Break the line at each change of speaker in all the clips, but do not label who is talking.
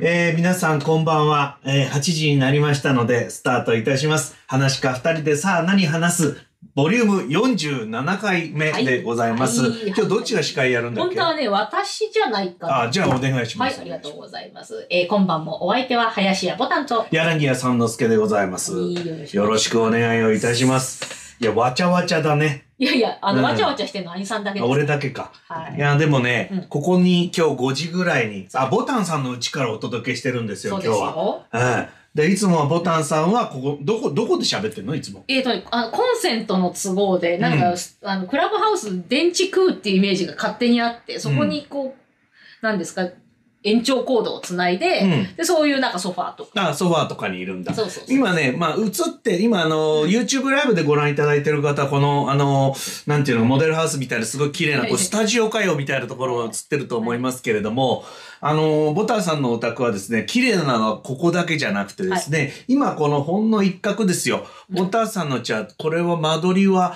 えー皆さんこんばんは、えー8時になりましたのでスタートいたします話か2人でさあ何話すボリューム47回目でございます、
はいはい
今日どっちが司会やるんだっ
本
け
当はね、私じゃないかな。
あじゃあお願いしま
はい、
す、
ありがとうございます。えー、今晩もお相手は林家ボタンと。
柳家三之助でございますよろしくお
いし
願いをいたしますいやわちゃわちゃだね
ます。いやいや、あの、
うん
わちゃわちゃしてるの兄さんだけ
あ
です。
俺だけか
はいい。
やでもね、
うん
ここに今日5時ぐらいにあボタンさんのうちからお届けしてるんですよ今
そうで
日
す
は
よ。
はい。で、いつもはボタンさんは、ここ、どこ、どこで喋ってんのいつも。
えーとねあの、コンセントの都合で、なん
う
か
ん、
あの、クラブハウス電池食うっていうイメージが勝手にあって、そこにこう、なんですか、延長コードをつないで、
うん
で、そういうなんかソファーとか。
あ、ソファーとかにいるんだ。
そうそうそう。
今ね、まあ、映って、今、あの、YouTube ライブでご覧いただいてる方、この、あの、なんていうの、モデルハウスみたいな、すごい綺麗な、こう、スタジオかよみたいなところが映ってると思いますけれども、あの、ボタンさんのお宅はですね、綺麗なのはここだけじゃなくてですね、今、このほんの一角ですよ。ボタンさんの茶、これは間取りは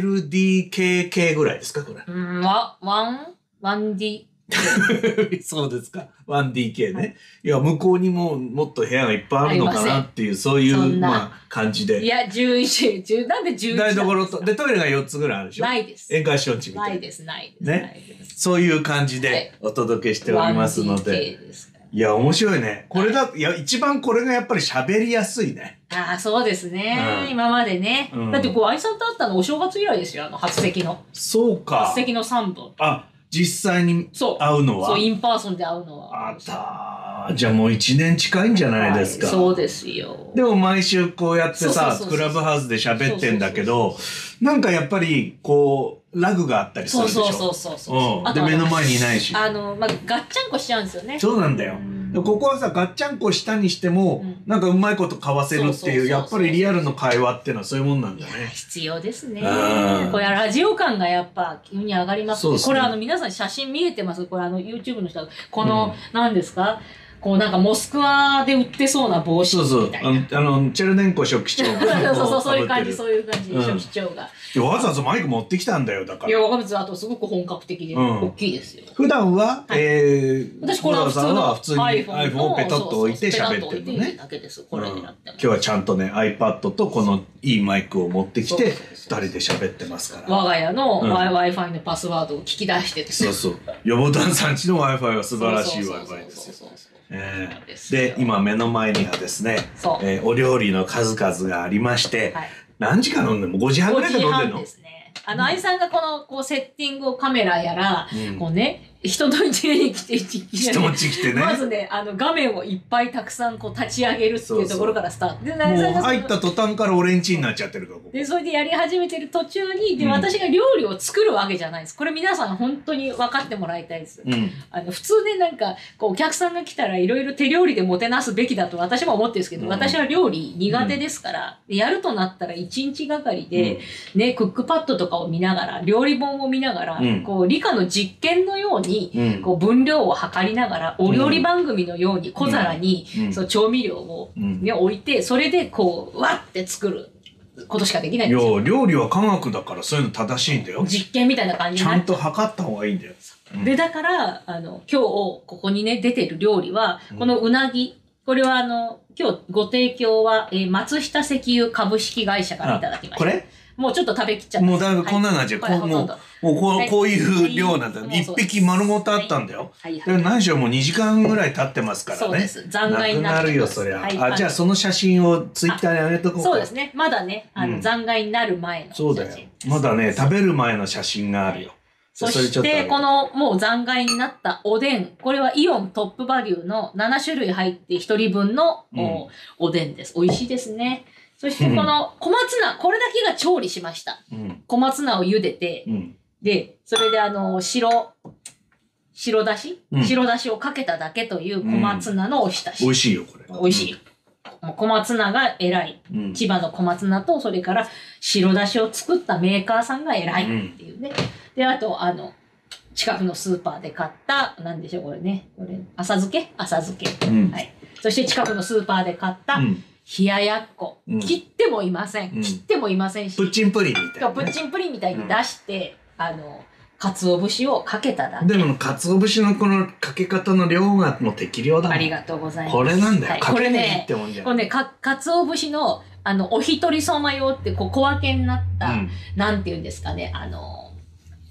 11LDKK ぐらいですか、これ。
うん、わ、ワン、ワンディ。
そうですか。1DK ね。いや、向こうにももっと部屋がいっぱいあるのかなっていう、そうい
そ
うん
な
まあ、感じ
い
で。
や、11、10なんで11
台
なん
所
です
と、
か
で、トイレが4つぐらいあるでしょ。
ないです。
宴会承知み
な
た
い
いな。
です、ないです。
ね
ないです。
そういう感じ
はい
でお届けしておりますので。
1DK ですから
いや、面白いね。これだ、いや、一番これがやっぱり喋りやすいね。
ああ、そうですね、
うん
今までね。
うん
だって、こう、愛さんと会ったのお正月以来ですよ、あの、初席の。
そうか
初。席の3本。
あ、実際に
そう。
会うのは
そう、インパーソンで会うのは。
あったー。じゃあもう1年近いんじゃないですか。
はいそうですよ。
でも毎週こうやってさ
そうそうそう、そう
クラブハウスで喋ってんだけど、なんかやっぱり、こう、ラグがあったりする
そ
でしょ。
うそうそうそうそう。
うん。
あ
で、
とは
目の前にいないし。
あの、まあ、ガッチャンコしちゃうんですよね。
そうなんだよ。でここはさ、ガッチャンコしたにしても、
うん
なんかうまいこと交わせるって
そうそう
い、
そうう
やっぱりリアルの会話っていうのはそういうもんなん
い
だ
や
ね。
必要ですね
うん。
これはラジオ感がやっぱ急に上がります
そうで
ね。
すね
これあの皆さん写真見えてますこれあの YouTube の人がこの、何ですかこうなんかモスクワで売ってそうな帽子
そうそう
み。たい
あの
な。、
あのチェルネンコ書記長が
そうそう、そういう
被
感じ、
って
そういう感じ、
うん
初期長が。
るいやわざわざマイク持ってきたんだよ、だか
いや、
ら。
若松はあとすごく本格的で、
うん
大きいですよ。
普段は、
はい
えー、
私これは普通
小沢
の
さんは普通に iPhone をペトッと置いて
そうそう
喋
そう
ってるの
ペタッと置いて
ね
る。だけです。これになって
今
ま
日
す。
はちゃんとね iPad とこのいいマイクを持ってきて
そう
二人で喋ってますから
我が家の
うん
Wi- Wi-Fi のパスワードを聞き出してて。
そうそう予防団さんちの w i f i は素晴らしい w
そう
i
そ
f
うそう
i ですよ
そうそうそう
え
なんで
え
すよ
で今目の前にはですね、
そう。
えーお料理の数々がありまして、
はい
何時から飲んでんの5時半ぐらいから飲んでん
5時半
の
ですね。あの、愛さんがこの、こう、セッティングをカメラやら、
うん
こうね、人の家に来て、一気に
人持ち来てね
まずね、あの、画面をいっぱいたくさん、こう、立ち上げるって
そう
い
そう
うところからスタート。で、愛
も
さ
うん
がその
入った途端から俺ん家になっちゃってるからここ
で、それでやり始めてる途中に、で、
うん
私が料理を作るわけじゃないです。これ皆さん本当に分かってもらいたいです。
うん
あの、普通ね、なんか、こう、お客さんが来たらいろいろ手料理でもてなすべきだと私も思ってるんですけど、
うん
私は料理苦手ですから、でやるとなったら1日がかりで、ね、クックパッドとかを見ながら、料理本を見ながら、
うん
こう、理科の実験のように、
うん
こう、分量を測りながら、お料理番組のように小皿に、
うん
その調味料を、
うん
ね、置いて、それでこう、わって作ることしかできないん
い
ですよ。
や料理は科学だからそういうの正しいんだよ
実験みたいな感じ
ち
にな
ゃ
っ
んと測った方がいいんだようん
で、だから、あの、今日、ここにね、出てる料理は、このうなぎ、これはあの、今日ご提供は、えー松下石油株式会社からいただきました。
これ
もうちょっと食べきっちゃった。
もうだいぶこんなのじゃ、
は
こ
いこ
う
れ
も
ほとん
う
ど
もうこう
はい
こういう量なんだ
はい
一匹丸ごとあったんだよ、
はい
で
はい。
何しろもう2時間ぐらい経ってますからね
そうです残骸に
なく
な
な
ってます
るよそりゃ、
はい
あじゃあその写真をツイッターに上げとこうか
そうですね。まだね、あの、
うん
残骸になる前の写真。
そうだよまだね食べる前の写真があるよ、
そ
れちょ
し
っと上げ
て、このもう残骸になったおでん。これはイオントップバリューの7種類入って1人分の
うん
お,、おでんです。美味しいですね。そしてこ の小松菜、これだけが調理しました。
うん
小松菜を茹でて、
うん
で、それであの、白、白だし、
うん
白だしをかけただけという小松菜のおひたし。
美味しいよこれ
美味しい。もう小松菜が偉い。
うん、うん
千葉の小松菜と、それから白だしを作ったメーカーさんが偉いっていうね。で、あと、あの、近くのスーパーで買った、なんでしょう、これね。これ、浅漬け浅漬け。
うん
はい。そして近くのスーパーで買った
う、ん
冷ややっこ。
うん
切ってもいません。
うん
切ってもいませんし。
プッチンプリンみたい
が
な、
プ
ね
ッ、チンプリンみたいに出して、あの鰹節をかけただけ。
でも、鰹節のこのかけ方の量がもう適量だもん。
ありがとうございます。
これなんだよ。
はい
か
こ
け
れ
ねぎっ
ね、
てもんじゃん。
これね、か、かつお節の、あの、お一人様用って、こう、小分けになった、
うん
なんて言うんですかね、あの、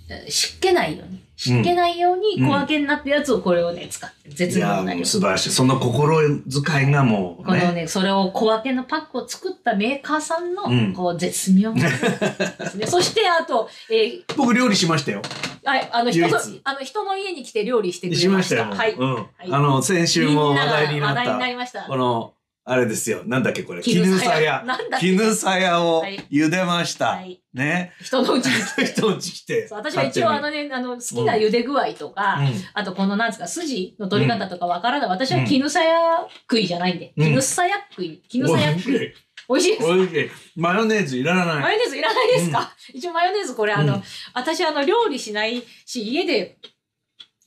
え湿気ないように、湿気ないように小分けになったやつをこれをね、使って、
い
絶
や
妙な
ー、も
量
う。素晴らしい。その心遣いがもう
この
ね。
ね、それを小分けのパックを作ったメーカーさんの
うん、
こう、絶 妙な量ですね。そして、あと、えー
僕料理しましたよ。
はい、あの、人の
唯一、
あの、人の家に来て料理してく
し
れま
ま
し
した
た。
よ。
はい。
うん。
い
あの、先週も話題に
みん
な
なが話題に
っ
な
た、
りました
こ。の、あれですよ。なんだっけこれ。
絹
絹
さ
さ
や
や。
なんだっけ
絹さやを
はい
茹でました。
はい
ね。
人のうちに来 て。
人んち来て。
そう私は一応あ
勝
のね、あの、好きな茹で具合とか、
手に
あとこのなんですか、筋の取り方とかわからない。私
う
は
ん
絹さや食いじゃないんで。
うん
絹さや食い。
う
絹
ん。
さ
お
や
いし
食い。
い。
美味しいです。
おいしい。マヨネーズいら
マ
ない。
ヨネーズいらないですか、一応マヨネーズこれあの、
うん
私あの料理しないし、家で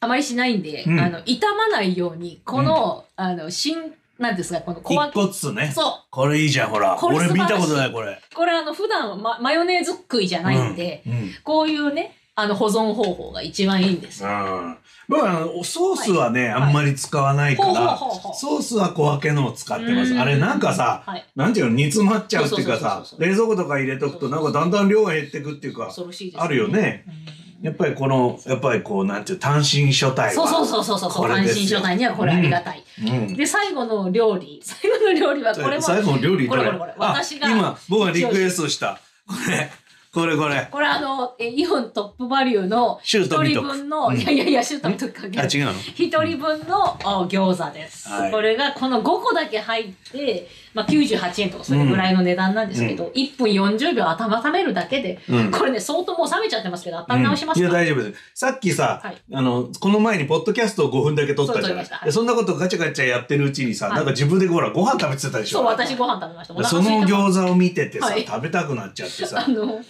あまりしないんで、
うん
あの、傷まないように、この、あの、新、なんですか、この小
一
分
個ずつね
け。。そ
これいいじゃん、ほら。
これ素
俺
晴らし
見
い
たことない、これ。
う。これあの、普段はママヨネーズ食いじゃないんで、
うん。うん
こういうね、あの、保存方法が一番いいんです。
うん僕はあのソースはね、
はい
あんまり使わないか
ほうほう
ら、
ほうほう。
ソースは小分けのを使ってます。
うん
あれなんかさ、
はい。
なんていうの、煮詰まっちゃうっていうか
そ
さ
うそうそうそ、う
冷蔵庫とか入れとくとなんかだんだん量が減ってくっていうか、
恐ろしいです、
あるよ。ね。
うん
やっぱりこの、やっぱりこう、なんていう、単身所帯は。
そうそうそうそうそう
こ
そう。
れ
単
で
身
すよ
所帯にはこれありがたい。
うん。
で、最後の料理。最後の料理はこれも、
最後の料理ど
これこれこれ
あ
私が
今、僕がリクエストした。これ、これこれ。
これあの、えイオントップバリューの
シュート
一
ミ
人
ト
分の、
うん
いやいやいや、シュートミトかけ
あ、
ない
違うの
一人分のあ餃子です、
はい
これがこの5個だけ入って、まあ、98円とかそれぐらいの値段なんですけど、1分40秒温めるだけで、
うん
これね相当もう冷めちゃってますけど温め直します
い
か、
や、大丈夫です。さっきさ、
はい
あの、この前にポッドキャストを5分だけ撮ったじゃない
そう撮りましたはい
でそんなことガチャガチャやってるうちにさ、
はい
なんか自分でほら、ご飯食べてたでしょ
そう私ご飯食べましたお腹
そ
空いて
の
ます
餃子を見ててさ、
はい
食べたくなっちゃって
あ
さ、
の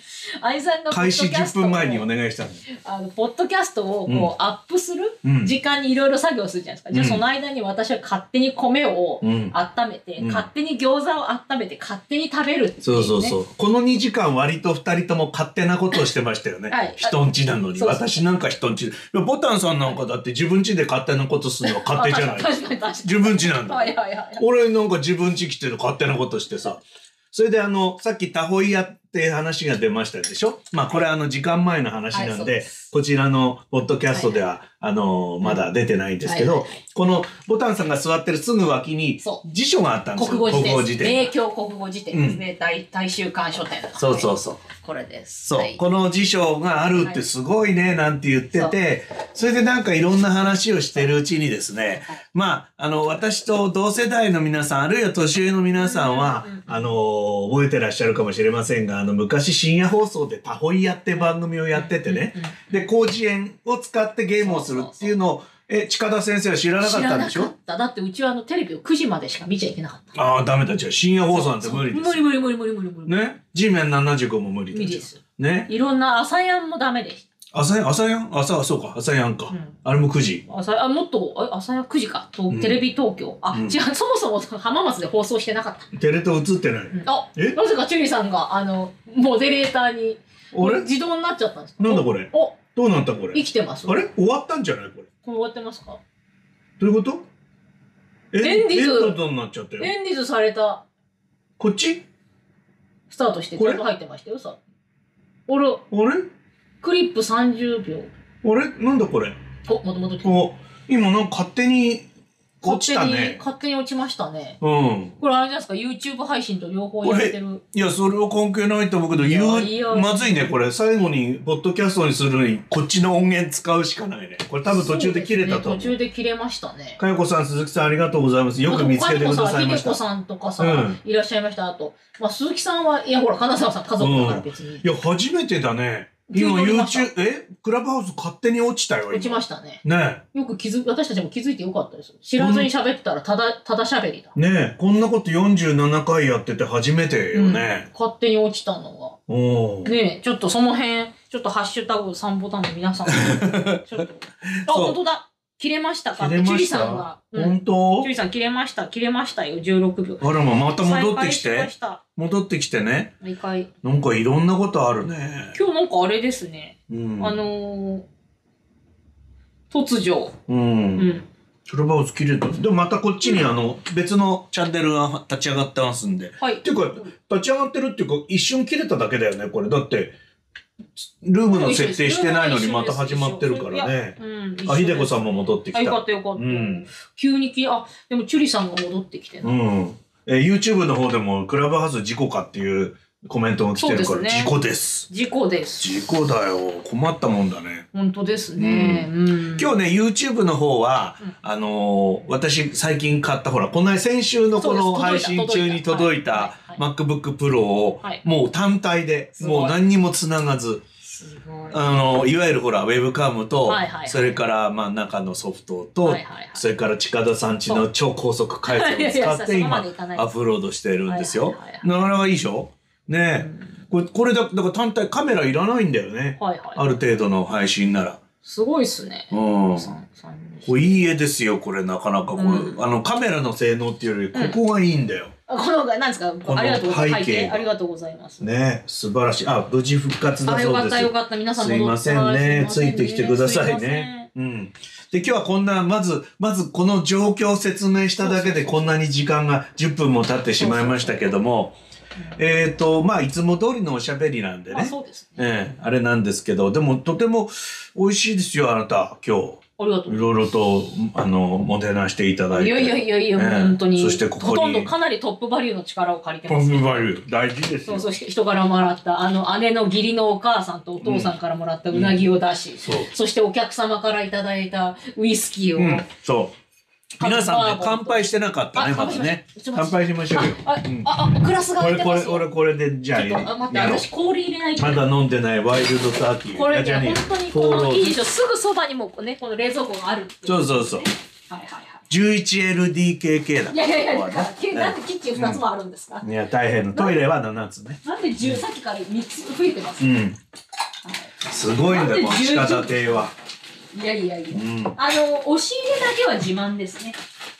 愛さんがポッ
開
ドキ
始
ャ
10
ストを
分前にお願いしたの。
あのポッドキャストをこう、
うん
アップする
うん
時間にいろいろ作業するじゃないですか、じゃあ
うん
その間に私は勝手に米を
うん
温めて、
うん
勝手に餃子を温めて勝手に食べるっていう、ね、
そうそうそう。この2時間割と2人とも勝手なことをしてましたよね。
はい
人んちなのに。
そうそう
私なんか人んちで。いやボタンさんなんかだって自分ちで勝手なことするのは勝手じゃない。
確かに確かに確か
自分ちなん
に。
だ。
はいはいはいはい。
俺なんか自分ち来てる勝手なことしてさ。それであの、さっきタホイヤって話が出ましたでしょまあこれあの時間前の話
はい
な
そ
ん
う
で、
です
こちらのポッドキャストでは、あの、まだ出てないんですけど、
はいはいはい
このボタンさんが座ってるすぐ脇に
そ
辞書があったんですよ。
国語辞典です。
典
名教国語辞典ですね。大大衆館書店。。
そうそううそう。
これです。
そう、
はい
この辞書があるってすごいね、なんて言ってて、それでなんかいろんな話をしてるうちにですね、
はい
まあ、あの、私と同世代の皆さん、あるいは年上の皆さんは、
うんうんうん
あの、覚えてらっしゃるかもしれませんが、あの、昔深夜放送でタホイヤって番組をやっててね、
うんうん
で、広辞苑を使ってゲームをするっていうのを、え、近田先生は知らなか
知
っ
ら
たん
な
でし
か
ょ
った。だってうちはあのテレビを9時までしか見ちゃいけなかった。
ああ、ダメだ、じゃあ深夜放送なんて無理です
無
よ。
理無理無理無理無理無理。
ね ?G メン75も無理だ
無理
じゃ
で
ん
す。
ね
いろんな朝やんもダメでし
朝やん、朝やん朝、そうか、朝やんか。
うん
あれも9時。
た。朝あもっとあ朝やん9時か。と
ん
テレビ東京。あ、
うん
違う そもそも浜松で放送してなかった。
テレ東映ってない。
うんあ
え
なぜかチュリさんがあのモデレーターに
俺
自動になっちゃったんですか。
なんだこれ
おお
どうなったこれ
生。きてます。
あれ終わったんじゃないこれ。
これ終わってますか。
どういうことえ
エンディング
エンドになっちゃったよ。
エンディズされた
こっち
スタートしてちゃんと入ってましたよさ俺
あれ
クリップ30秒
あれなんだこれ
おもともと
あ、今なんか勝手に落ちたね。
勝手に落ちましたね
うん。
これあれじゃないですか YouTube 配信と両方やってる
いや、それは関係ないと思うけど、言
いやいや
う、まずいね、これ。最後に、ポッドキャストにするのに、こっちの音源使うしかないね。これ多分途中で切れたと
そう
思
です
う。
ね途中で切れましたね
かよこさん、鈴木さん、ありがとうございます。よく見つけてくださいまし
あと他にも
た
ひでこ。さんとかさ、
うん
いらっしゃいましたあと、まあ、鈴木さんはいやほら金沢さん家族だから別に、
いや、初めてだね。今
急に降りました
YouTube、えクラブハウス勝手に落ちたよ、今。
落ちましたね
ね
よく気づ私たちも気づいてよかったですよ知らずに喋ってたらただただ喋りだ
え。ねえ、こんなこと47回やってて初めてよね。
勝手に落ちたのが
おー
ねえ、ちょ っとその辺、ちょっとハッシュタグ三ボタンの皆さん、ちょっと。あ、
そう
本当だ。切れましたかっ
切
て、
れ
チュ
ま
リ
し
さ
た
んが。うん
本当
チュリさん切れました、切れましたよ、16秒。
あらま、また戻ってき
再開しま
て。
した。
戻ってきてね。
毎回。
なんかいろんなことあるね。
今日なんかあれですね。
うん。
あのー、突如。
う。
うんん。
クラブハウス切れた。でもまたこっちにあの、別のチャンネルが立ち上がってますんで。
はい。
ていうか、立ち上がってるっていうか、一瞬切れただけだよね、これ。だって、ルームの設定してないのにまた始まってるからね。
うん。
あ、ひでこさ
ん
んも戻って
あ、
き
よか
た
っ。たよかった。
うん
急にき、あ、でもチュリさんが戻ってきてな
うん。えー YouTube の方でも、クラブハウス事故かっていうコメントが来てるか
そう
ら、
ですね
事故です。
事故です。
事故だよ。困ったもんだね。
本当ですね。うん。
今日ね、YouTube の方は、
うん
あのー私最近買った、ほら、この先週のこの
そう
配
です
信
届いた
中に届い
はい
た
はい
MacBook Pro を
はい、
もう単体で、
すごい
もう何にも繋がず、
すごい。
あの、いわゆるほら、ウェブカムと、
はいはいはい
それから、まあ、中のソフトと、
はいはいはい
それから近田さんちの超高速回
い やい
線を
や
使って
そこ
今
までいかないです
アップロードしてるんです
は
よ
いはいはいは。い
なかなかいいでしょねえ、これ、これだ、だから単体カメラいらないんだよね。
はいはい。
ある程度の配信なら。
すごいっすね。
うん。
三三人
これいい絵ですよ、これなかなかこう、
う
あのカメラの性能っていうより、ここがいいんだよ。
あこの、なんですか、
この
ありがとうございま
背
す。
景
背景ありがとうございます。
ね素晴らしい。あ、無事復活だ
あ、よ
そう
かっ
です。
たよかった。皆さん
すいませんね。ついてきてください
す
ね。うん。で、今日はこんな、まず、まずこの状況を説明しただけでこんなに時間が10分も経ってしまいましたけども、えっと、まあ、いつも通りのおしゃべりなんで
ません
ね。
ね。あ、そうですね。
ええ、あれなんですけど、でもとても美味しいですよ、あなた、今日。
ありがとう
い。ろいろと、あの、もてなしていただいて。
いやいやいやいや、
ええ
本当に。
そしてここに
ほとんどかなりトップバリューの力を借りて
ポ
ます。
ンプバリュー、大事です
そ
よ。
う
そ
そうう、人からもらった、あの、姉の義理のお母さんとお父さんからもらったうなぎを出し、
そう
そしてお客様からいただいたウイスキーを、
うん、そう。皆さんね、乾杯してなかったね、
あ
まずね
乾杯し。ましょう
乾杯しましょうよ。
あ
うん、
あ、あ、グラスが
こ
空い
れ
て
こ
ま
れ
すよ。
俺これでじゃあ
ちょっと、あ、待って、
やろう
私氷入れないと。
まだ飲んでないワイルドターキー
これ
いや
ね、
じゃあ
本当に
フォ
こ
ーロ
の、
ー
いいでしょ。すぐそばにもね、この冷蔵庫があるってい
そうそうそう
はいはいは
11LDKK だ
い。いやいやい
こ
や、
こはね
なんでキッチン二つもあるんですか、
いや大変トイレは7つね
なんで10、さっきから3つ増えてます、
うんすごいんだよこの
なんで11
鹿田亭は
はい、いやいやいや。
うん
あの、押し入れだけは自慢ですね。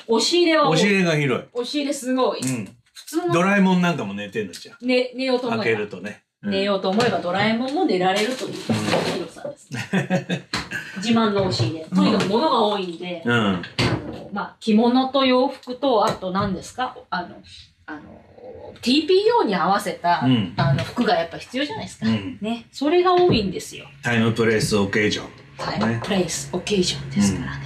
押し入れはもう
お尻が広
押し入れすごい。
いうん
普通
ド
の
ラえもんなんかも寝てんだじゃ
寝寝ようと
ん
思えば
開けるとねうん
寝ようと思えばドラえもんも寝られるという広さです、 自慢の押し入れとにかく物が多いんで、
うん
あのまあ、着物と洋服とあと何ですかあのあの TPO に合わせた、
うん
あの服がやっぱ必要じゃないですか、
うん
ね、それが多いんですよ
タイムプレイスオケージョン
タイ
ね
ムプレイスオケージョンですからね、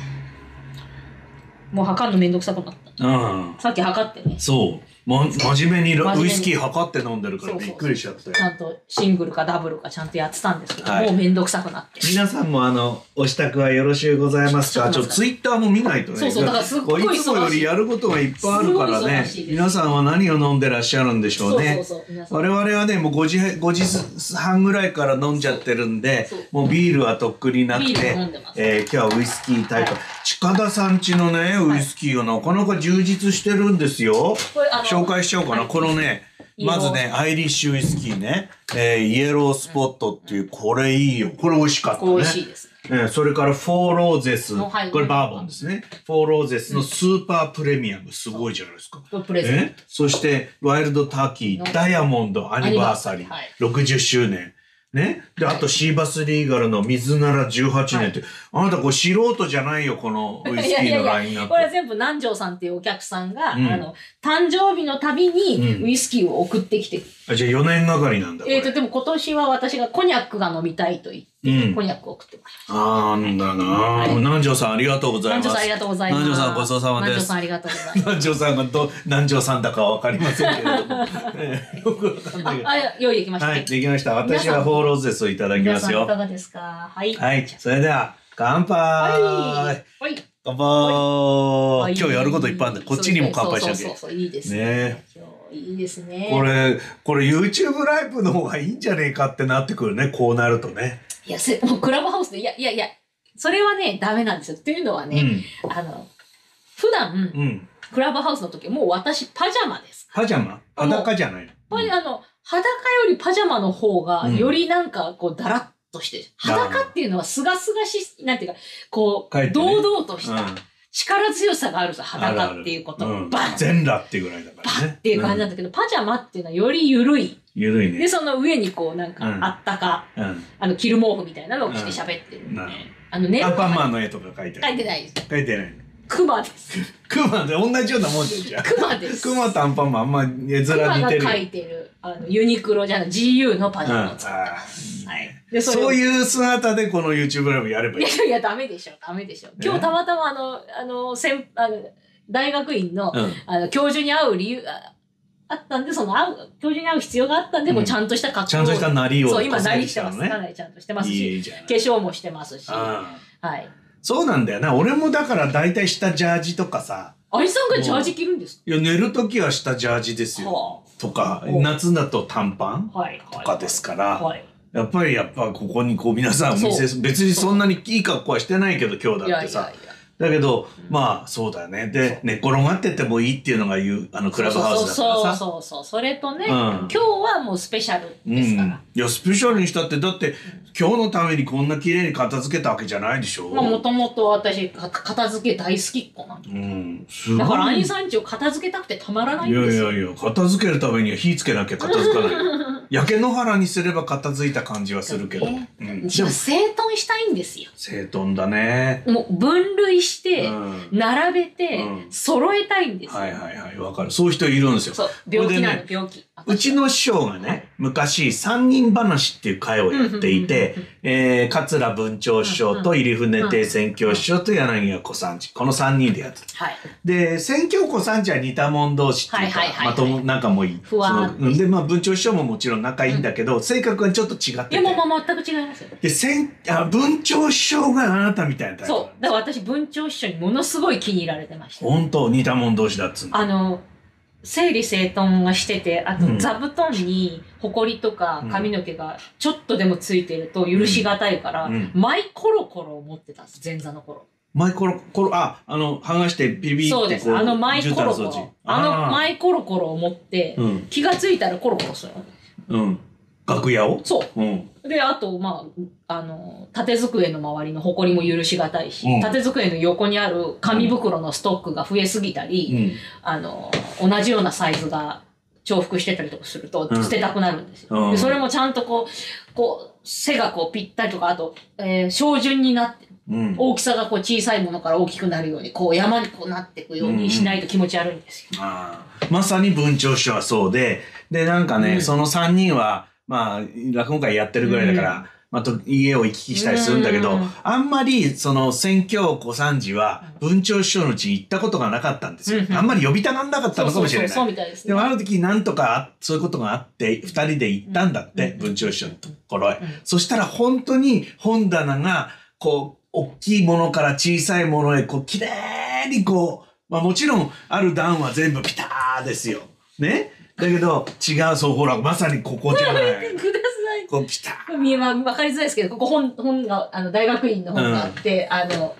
もう測るのめんどくさくなった
うん
さっき測ってね
そうま真面目に
真面目
ウ
に
イスキー測って飲んでるから
そう
び
そうそう
っくりしちゃったよ
ちゃんとシングルかダブルかちゃんとやってたんですけど、
はい
もうめんどくさくなって
皆さんもあの、お支度はよろしゅうございますかち
ち
ょ
ょ
っと
っと
ツイッターも見ないとね。
そうそうだからすっごい
こういつもよりやることがいっぱいあるから
すごい忙
ね
しい。です
皆さんは何を飲んでらっしゃるんでしょうね。
そうそうそう皆さん
我々はね、もう5時、5時半ぐらいから飲んじゃってるんで
そうそう、
もうビールはとっくになく
ビー
て
ル飲んでま、す
えー今日はウイスキータイプ
はい。
近田さんちのね、ウイスキーがなかなか充実してるんですよ
これあ。の
紹介しようかな。
はい
このね、
イエロ
ま
ー
ずね、アイリッシュウイスキーね、えーイエロースポットっていう、これいいよ。これ美味しかった
こ
ね。
れ美味しいですね
えーそれからフォーローゼス、
おはい
これバーボンですね。フォーローゼスのスーパープレミアム、すごいじゃないですか。
これプレゼント
えそして、ワイルドターキ
の
ー、ダイヤモンドアニバーサリー、
アニバーサリーはい
60周年。ね。で、あと、シーバスリーガルの水なら18年って、あなたこれ素人じゃないよ、このウイスキーのラインナップ。
これは全部南條さんっていうお客さんが、
うん
あの誕生日のたび
うん
にウイスキーを送ってきて、
あじゃあ4年がかりなんだ、これ。
えー、とでも今年は私がコニャックが飲みたいと言って、
うん
コニャックを送ってもらいま
あーなんだな、南條さんありがとうござい
した
ます。
南條さんありがとうございます
南條さんごちそうさまで
南條
す
さん。ありがとうございます
南條さんがど南條さんだかわかりませんけれど も、ええよくわかんないけど。
あ用意できました、
はい、できました。私はフォーローゼスをいただきま
皆
す
さんい
よ。
かがですかはい
はい、それでは乾杯。
はいはい
乾杯。
い
今日やることいっぱいあるんで、こっちにも乾杯しなき
そう
ゃ
そう。そうそういいです
ね
今日いいですね
これ、これ YouTube ライブの方がいいんじゃねえかってなってくるね、こうなるとね。
いやせもうクラブハウスでいやいやいやそれはねダメなんですよっていうのは
う
ね、
ん。
あの普段、
うん。
クラブハウスの時もう私パジャマです。
パジャマ裸じゃないの。
これあの裸よりパジャマの方が
うん
よりなんかこうだらっとしてる。
なるほど
裸っていうのはすがすがしい、なんていうか、こう、
かえってね
堂々とした、
うん
力強さがあるさ、
あるある
裸っていうこと。
うん
バン
全裸っていうぐらいだか
バ
らね。
ッっていう感じなんだけど、パジャマっていうのはより緩い。
うん緩い
で、
ね。
その上にこう、なんか
う、ん
あったか、
うん。
あの、着る毛布みたいなのを着て喋ってるんで
うんなるほど。
あのね、
アンパンマンの絵とか書いて
書
あ
い
る。
てないです。
書いてない。
クマです。
クマで同じようなもんじゃんじゃん。
クマです。
クマとアンパンマンあんま絵面似
クマが
てるよ。
書いてる、あの、ユニクロじゃない、GU のパジャマを使ってます。
うんあー
はい
い
い。で、それ
そ
を
ういう姿でこの YouTube ライブやれば
い
いい
や。いや、ダメでしょ、ダメでしょ。今日たまたまあの、あの、先、あの、大学院の、
うん。
あの、教授に会う理由があったんで、その、会う、教授に会う必要があったんで、
うん
こうちゃんとした格好を
ちゃんとしたなりを。
そう、今何してます
ね。
かなりちゃんとしてます
い
し、
いいいじゃん。
化粧もしてますし、は
うん
い。
そうなんだよな。俺もだから大体下ジャージとかさ、
アリさんがジャージ着るんです
いや寝るときは下ジャージです
か
よ。
は
とか、
お
夏だと短パン
あはい。と
とかですから、
はい。
やっぱりやっぱここにこう皆さんお見せす、別にそんなにいい格好はしてないけど今
い
日だっ
や
て
い
さ
や。いや。
だけど、
うん
まあそうだよね。
そう
で、寝転がっててもいいっていうのが言う、あのクラブハウスだからさ。
そうそうそうそう。それとね、
うん
今日はもうスペシャル
うん、
ですから。
いやスペシャルにしたってだって今日のためにこんな綺麗に片付けたわけじゃないでしょ、
まあ、もともと私、か片付け大好きっ子なんで。
うんすごい
だから、アニさん家を片付けたくてたまらない
い
ん
や
です
い
よ。
やいや片付けるためには火つけなきゃ片付か ない焼け野原にすれば片付いた感じはするけど、
ね
うん、
自
でも
分整頓したいんですよ。
整頓だね、
もう分類
う
して、
ん、
並べて
う、ん
揃えたいんですよ。
はいはいはいわかるそういう人いるんですよ
そう、病気な
これでね
の、病気。
うちの師匠がね、
はい
昔三人話っていう会をやっていて
うんうんうんうん、
えー、桂文朝師匠と入船亭選挙師匠と柳家小三治この三人でやってた
はい。
で、選挙子さんちは似た者同士っていうか、
はいはいはいはい
まとも、仲もいい。
ふわーっ
そのうんで、まあ、文鳥師匠ももちろん仲いいんだけど、性格がちょっと違って
い
て。
や、もうもう全く違いますよ。
で、せん、あ、文鳥師匠があなたみたいなタイプ。
そう。だから私、文鳥師匠にものすごい気に入られてました。
本当、似た者同士だっつうの。
あの、整理整頓がしてて、あ
う
と
ん
座布団に埃とか髪の毛がちょっとでもついてると許しがたいから、
うん
マイコロコロを持ってたんです、前座の頃。
前コロコロ、あ、あの、剥がしてビビって
そ
こ
う
う。
です、あのマイコロコ
絨毯掃除
ロ。あのマ
イ。
イコロコロを持って、
うん、
気がついたらコロコロするの。
うん。楽屋を
そ
うん。
う。で、あと、まあ、あの、縦机の周りの埃も許しがたいし、
うん
縦机の横にある紙袋のストックが増えすぎたり、
うん。
あの、同じようなサイズが重複してたりとかすると
う、ん
捨てたくなるんですよ。
うん
でそれもちゃんとこう、こう、背がこうぴったりとか、あと、えー、照準になって、
うん。
大きさがこう小さいものから大きくなるように、こう山にこうなっていくようにしないと気持ち悪いんですよ。
あーまさに文鳥師匠はそうで、で、なんかね、
うん
その3人は、まあ、落語会やってるぐらいだから、
う
また家を行き来したりするんだけど、
うん
あんまり、その、選挙小三治は、文鳥師匠のうちに行ったことがなかったんですよ。
うん
あんまり呼びたがんなかった
そう
のか
そ
も
う
し
そ
れ
う、
な
そう
い。
みたいです
で
ね。
も、ある時、なんとか、そういうことがあって、二人で行ったんだって、
うん
文鳥師匠のところへ。
うん
そしたら、本当に本棚が、こう、大きいものから小さいものへ、こう、綺麗にこう、まあもちろん、ある段は全部ピターですよ。ねだけど、違う、そう、ほら、まさにここじゃない。
ください。
こう、ピター。
見えま、わかりづらいですけど、ここ本、本が、あの、大学院の本があって、あの、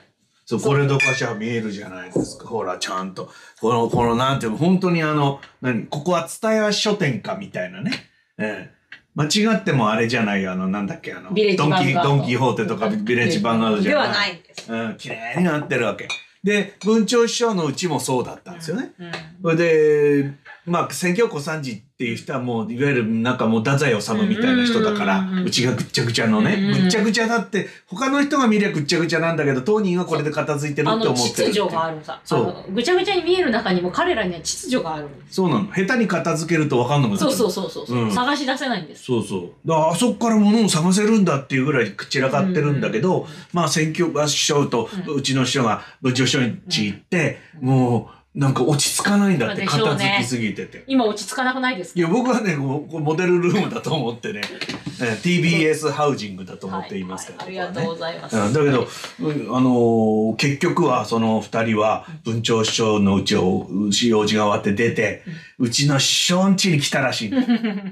そう、これどかしは見えるじゃないですか。ほら、ちゃんと。この、この、なんていうの、本当にあの、何、ここは蔦屋書店かみたいなね。ええ。間違ってもあれじゃないよ、あの、なんだっけ、あの、
ビレッジヴ
ドン
ァンガー
キ、
ド
ドンキホーテとかビレッジヴァンガードじ
で
ゃ
は
な。
ないいんです。
うん、綺麗になってるわけ。で、文鳥師匠のうちもそうだったんですよね。
うん。
それで、まあ、選挙小三治っていう人はもう、いわゆるなんかもう太宰治みたいな人だから
うんうんうんう、ん
うちがぐっちゃぐちゃのね、
うんうん
ぐっちゃぐちゃだって、他の人が見りゃぐっちゃぐちゃなんだけど、当人はこれで片付いてる
あ
って
の、
思ってるってい
秩
う
序があるさ。あ
そう
の、ぐちゃぐちゃに見える中にも彼らには秩序があるんです。
そうなの。下手に片付けると分かんなくなっちゃ。
そううそうそうそう、
う
うん探し出せないんです。
そうそう。だからあそこから物を探せるんだっていうぐらい散らかってるんだけど、
うん
まあ選挙師匠と
うん
うちの師匠が部長師匠に行って、もうなんか落ち着かないんだって
そうでしょう
片
ね
付きすぎてて。
今落ち着かなくないです
い
か
や僕はねこうこうモデルルームだと思ってねえー TBS ハウジングだと思っていますから、
はいはいありがとうございます。
僕はねうんだけど、うんあのー結局はその2人は文鳥師匠のうちをうち用事が終わって出て、うちの師匠ん家に来たらしいの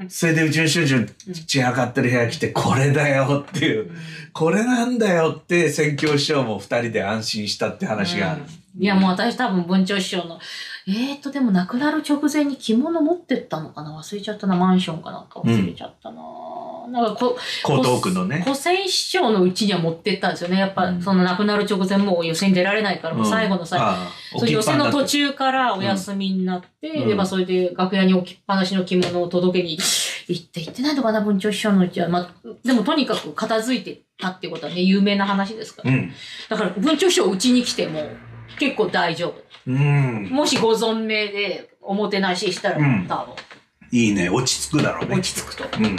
それでうちの師匠ん家散らかってる部屋来てこれだよっていうこれなんだよって宣教師匠も2人で安心したって話がある、
うんいやもう私多分文鳥師匠の、えーっとでも亡くなる直前に着物持ってったのかな忘れちゃったな、マンションかなんか忘れちゃったな、あーなんかこ
江東区のね
古戦師匠のうちには持ってったんですよね。やっぱ、
うん
その亡くなる直前もう予選出られないから、もう最後の最後。
後
そう予選の途中からお休みになって、
うん
で、まあそれで楽屋に置きっぱなしの着物を届け に行って、行ってないのかな、文鳥師匠のうちは。まあ、でもとにかく片付いてたっていうことはね、有名な話ですから。
うん
だから文鳥師匠うちに来ても結構大丈夫。
うん
もしご存命でおもてなししたら、
うん
多分
いいね落ち着くだろうね
落ち着くと。
うん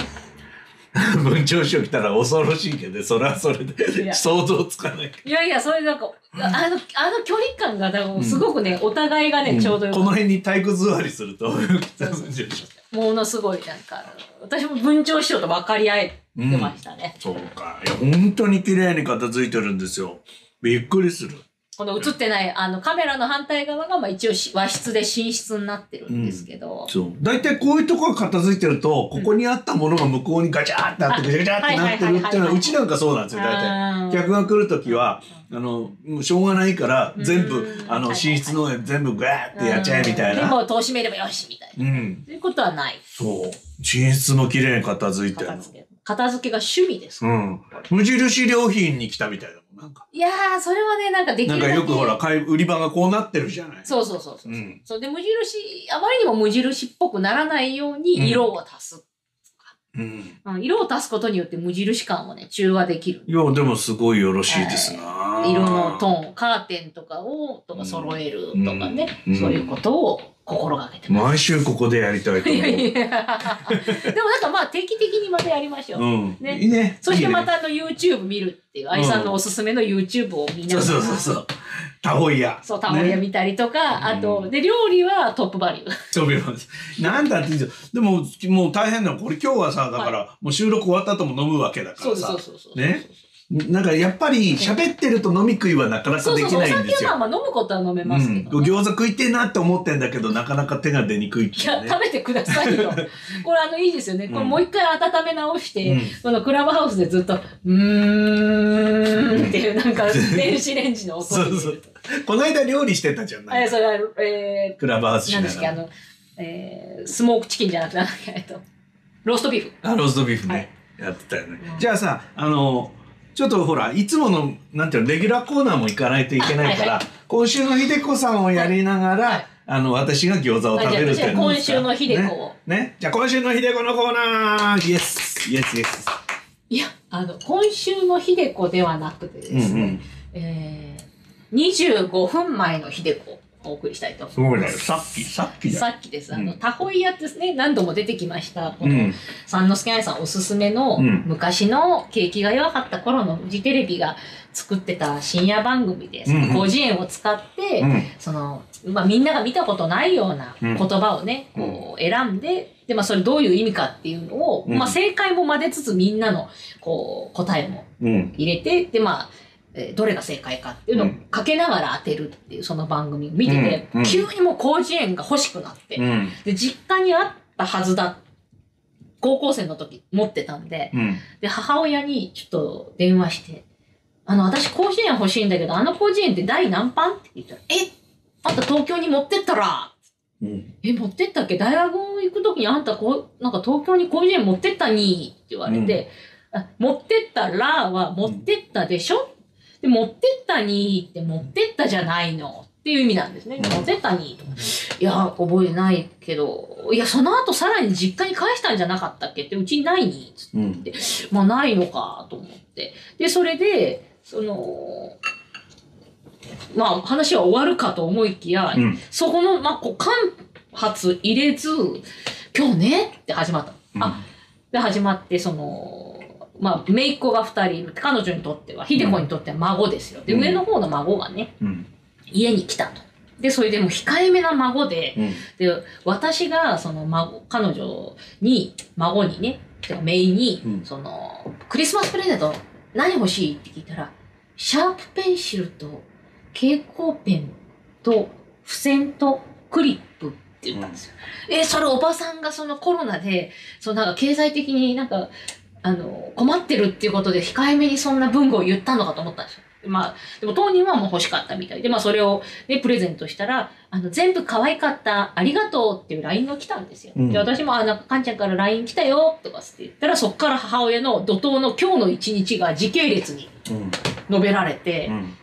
文鳥師匠来たら恐ろしいけどねそれはそれ
い
で
や
想像つかないけ
いやいや、そういうなんか、あの、あの距離感が、だからすごくね、お互いが
ど、
ね、ちょうどよ
こ
く
の辺に体育座りすると文鳥師匠
ものすごい、なんか、私も文鳥師匠と分かり合えてましたね。
そうかいや本当に綺麗に片付いてるんですよびっくりする
この映ってない、あの、カメラの反対側が、まあ一応し和室で寝室になってるんですけど、
そう大体こういうとこが片付いてるとここにあったものが向こうにガチャーってあってガチャガチャってなってるっていうのは
うん
うちなんかそうなんですよ大体。
あー
客が来るときは、あの、もうしょうがないから、
うん
全部、あの、
はいはいは
寝
い
室の上全部ガーってやっちゃえみたい
で
な。
も、戸閉めればよし、みたいな。
うん。
ということはない。
そう。寝室も綺麗に片付いてる
片
の。
付け。片付けが趣味です。
うん。無印良品に来たみたいだもん。なんか、
いやー、それはね、なんかでき
な
る
ん
だ
か
け
よくほら、買い売り場がこうなってるじゃない。
そうそうそうそう。
うん
そうで無印あまりにも無印っぽくならないように色を足す、
うん。
うん色を足すことによって無印感をね中和できる
いや、でもすごいよろしいですな。
色のトーンカーテンとかをとか揃えるとかね、
うん
そういうことを心がけてます。
毎週ここでやりたいと
い
思
や
う。
いや でもなんかまあ定期的にまたやりましょう。
うん。
ね
いいね。
そして
いいね
またあの YouTube 見るっていう、愛さんのおすすめの YouTube を見なが
そ
ら
うそうそうそう。タホイヤ。
そうタモリを
ね
見たりとか、あ
う
と
ん
で料理はトップバリュー。
飛びます。なんだっていいじゃん。でも、もう大変だよ。これ今日はさ、だから、もう収録終わった後も飲むわけだか
そ
ら
うですそ
さ
う。そうそう。
ねなんかやっぱり喋ってると飲み食いはなかな
そ
か
う
で
そう
き
そう。お
ないん
酒
です
は
よ。
まあ飲むことは飲め
うん、
ますけど、ね
餃子食いてえなって思ってんだけど、なかなか手が出にくいって
い
い
や、
うね
食。べてくださ いよ。これあの、いいですよね。こ
う
れ
ん
もう一回温め直して、
うん
このクラブハウスでずっと、うーんっていう、なん か、電子レンジの音
そうそう。この間料理してたじゃな
え、
い。
それは、え
クラブハウス
ー、
し
なんで
な
す
が
けあ
ら。
の、えー、スモークチキンじゃなくて、なんだっけえっと、ローストビーフ。
あ、ローストビーフね。
はい
やってたよね。
うん
じゃあさ、あの、ちょっとほら、いつもの、なんていうの、レギュラーコーナーも行かないといけないから、
あは
今週の秀子さんをやりながら、
はい
あの、私が餃子を食べるっていうの
はいじゃあ今週の秀子を
ね。ね。じゃあ今週の秀子のコーナーイエスイエスイエス。
いや、あの、今週のひでこではなくてです
うんう
ね、
ん。
えー、25分前のひでこをお送りしたいと思います。
ごいね。さっき、さっき
さっきです。あの、
うん
タホイヤってですね、何度も出てきました。こ
う
の
ん。
三之助愛さんおすすめの
うん
昔の景気が弱かった頃のフジテレビが作ってた深夜番組でそ
うんうん
の広辞苑を使って、
うん。
そのまあ、みんなが見たことないような言葉をね、
うん
こう選んでで、まあ、それどういう意味かっていうのを、
うん
まあ、正解も混ぜつつみんなのこう答えも
うん。
入れてで、まあえーどれが正解かっていうのをかけながら当てるっていうその番組見てて、
うんうん
急にもう広辞苑が欲しくなって。
うん。
で、実家にあったはずだ。高校生の時持ってたんで、
うん。
で、母親にちょっと電話して、あの、私、甲子園欲しいんだけど、あの甲子園って第何班って聞いたら、えあんた東京に持ってったら、
うん。
え、持ってったっけ大学行く時にあんたこう、なんか東京に甲子園持ってったにって言われて、あ持ってったらは持ってったでしょ、で、持ってったにって持ってったじゃないのっていう意味なんですね。
うん
持ってったにと。いや、覚えてないけど、いや、その後さらに実家に返したんじゃなかったっけって、うちにないにつって
うん。
まあ、ないのかと思って。で、それで、その、まあ、話は終わるかと思いきや、
うん
そこの、まあ、こう、間髪入れず、今日ねって始まった。あ、で、始まって、その、まあ、姪っ子が二人いる、彼女にとっては、秀子にとっては孫ですよ。で、
うん
上の方の孫がね、
うん。
家に来たと。で、それでもう控えめな孫で、
うん。
で、私が、その孫、彼女に、孫にね、てか、メイに、
うん
その、クリスマスプレゼント、何欲しいって聞いたら、シャープペンシルと、蛍光ペンと、付箋と、クリップって言ったんですよ。え、それおばさんがそのコロナで、そのなんか経済的になんか、あの、困ってるっていうことで控えめにそんな文具を言ったのかと思ったんですよ。まあ、でも当人はもう欲しかったみたいで、まあそれをね、プレゼントしたら、あの、全部可愛かった、ありがとうっていう LINE が来たんですよ。
うん
で、私も、あ、なんか、かんちゃんから LINE 来たよ、とかつって言ったら、そっから母親の怒涛の今日の一日が時系列に
うん
述べられて、
うん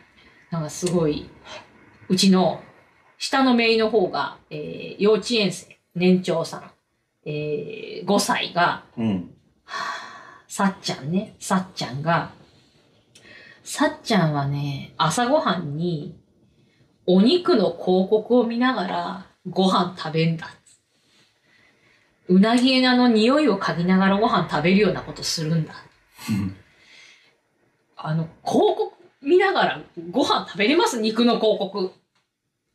なんかすごい、うちの下の姪の方が、えー幼稚園生、年長さん、えー5歳が、
うん
さっちゃんね、さっちゃんが、さっちゃんはね、朝ごはんに、お肉の広告を見ながら、ご飯食べんだっつ。うなぎえなの匂いを嗅ぎながらご飯食べるようなことするんだ。あの、広告見ながらご飯食べれます肉の広告。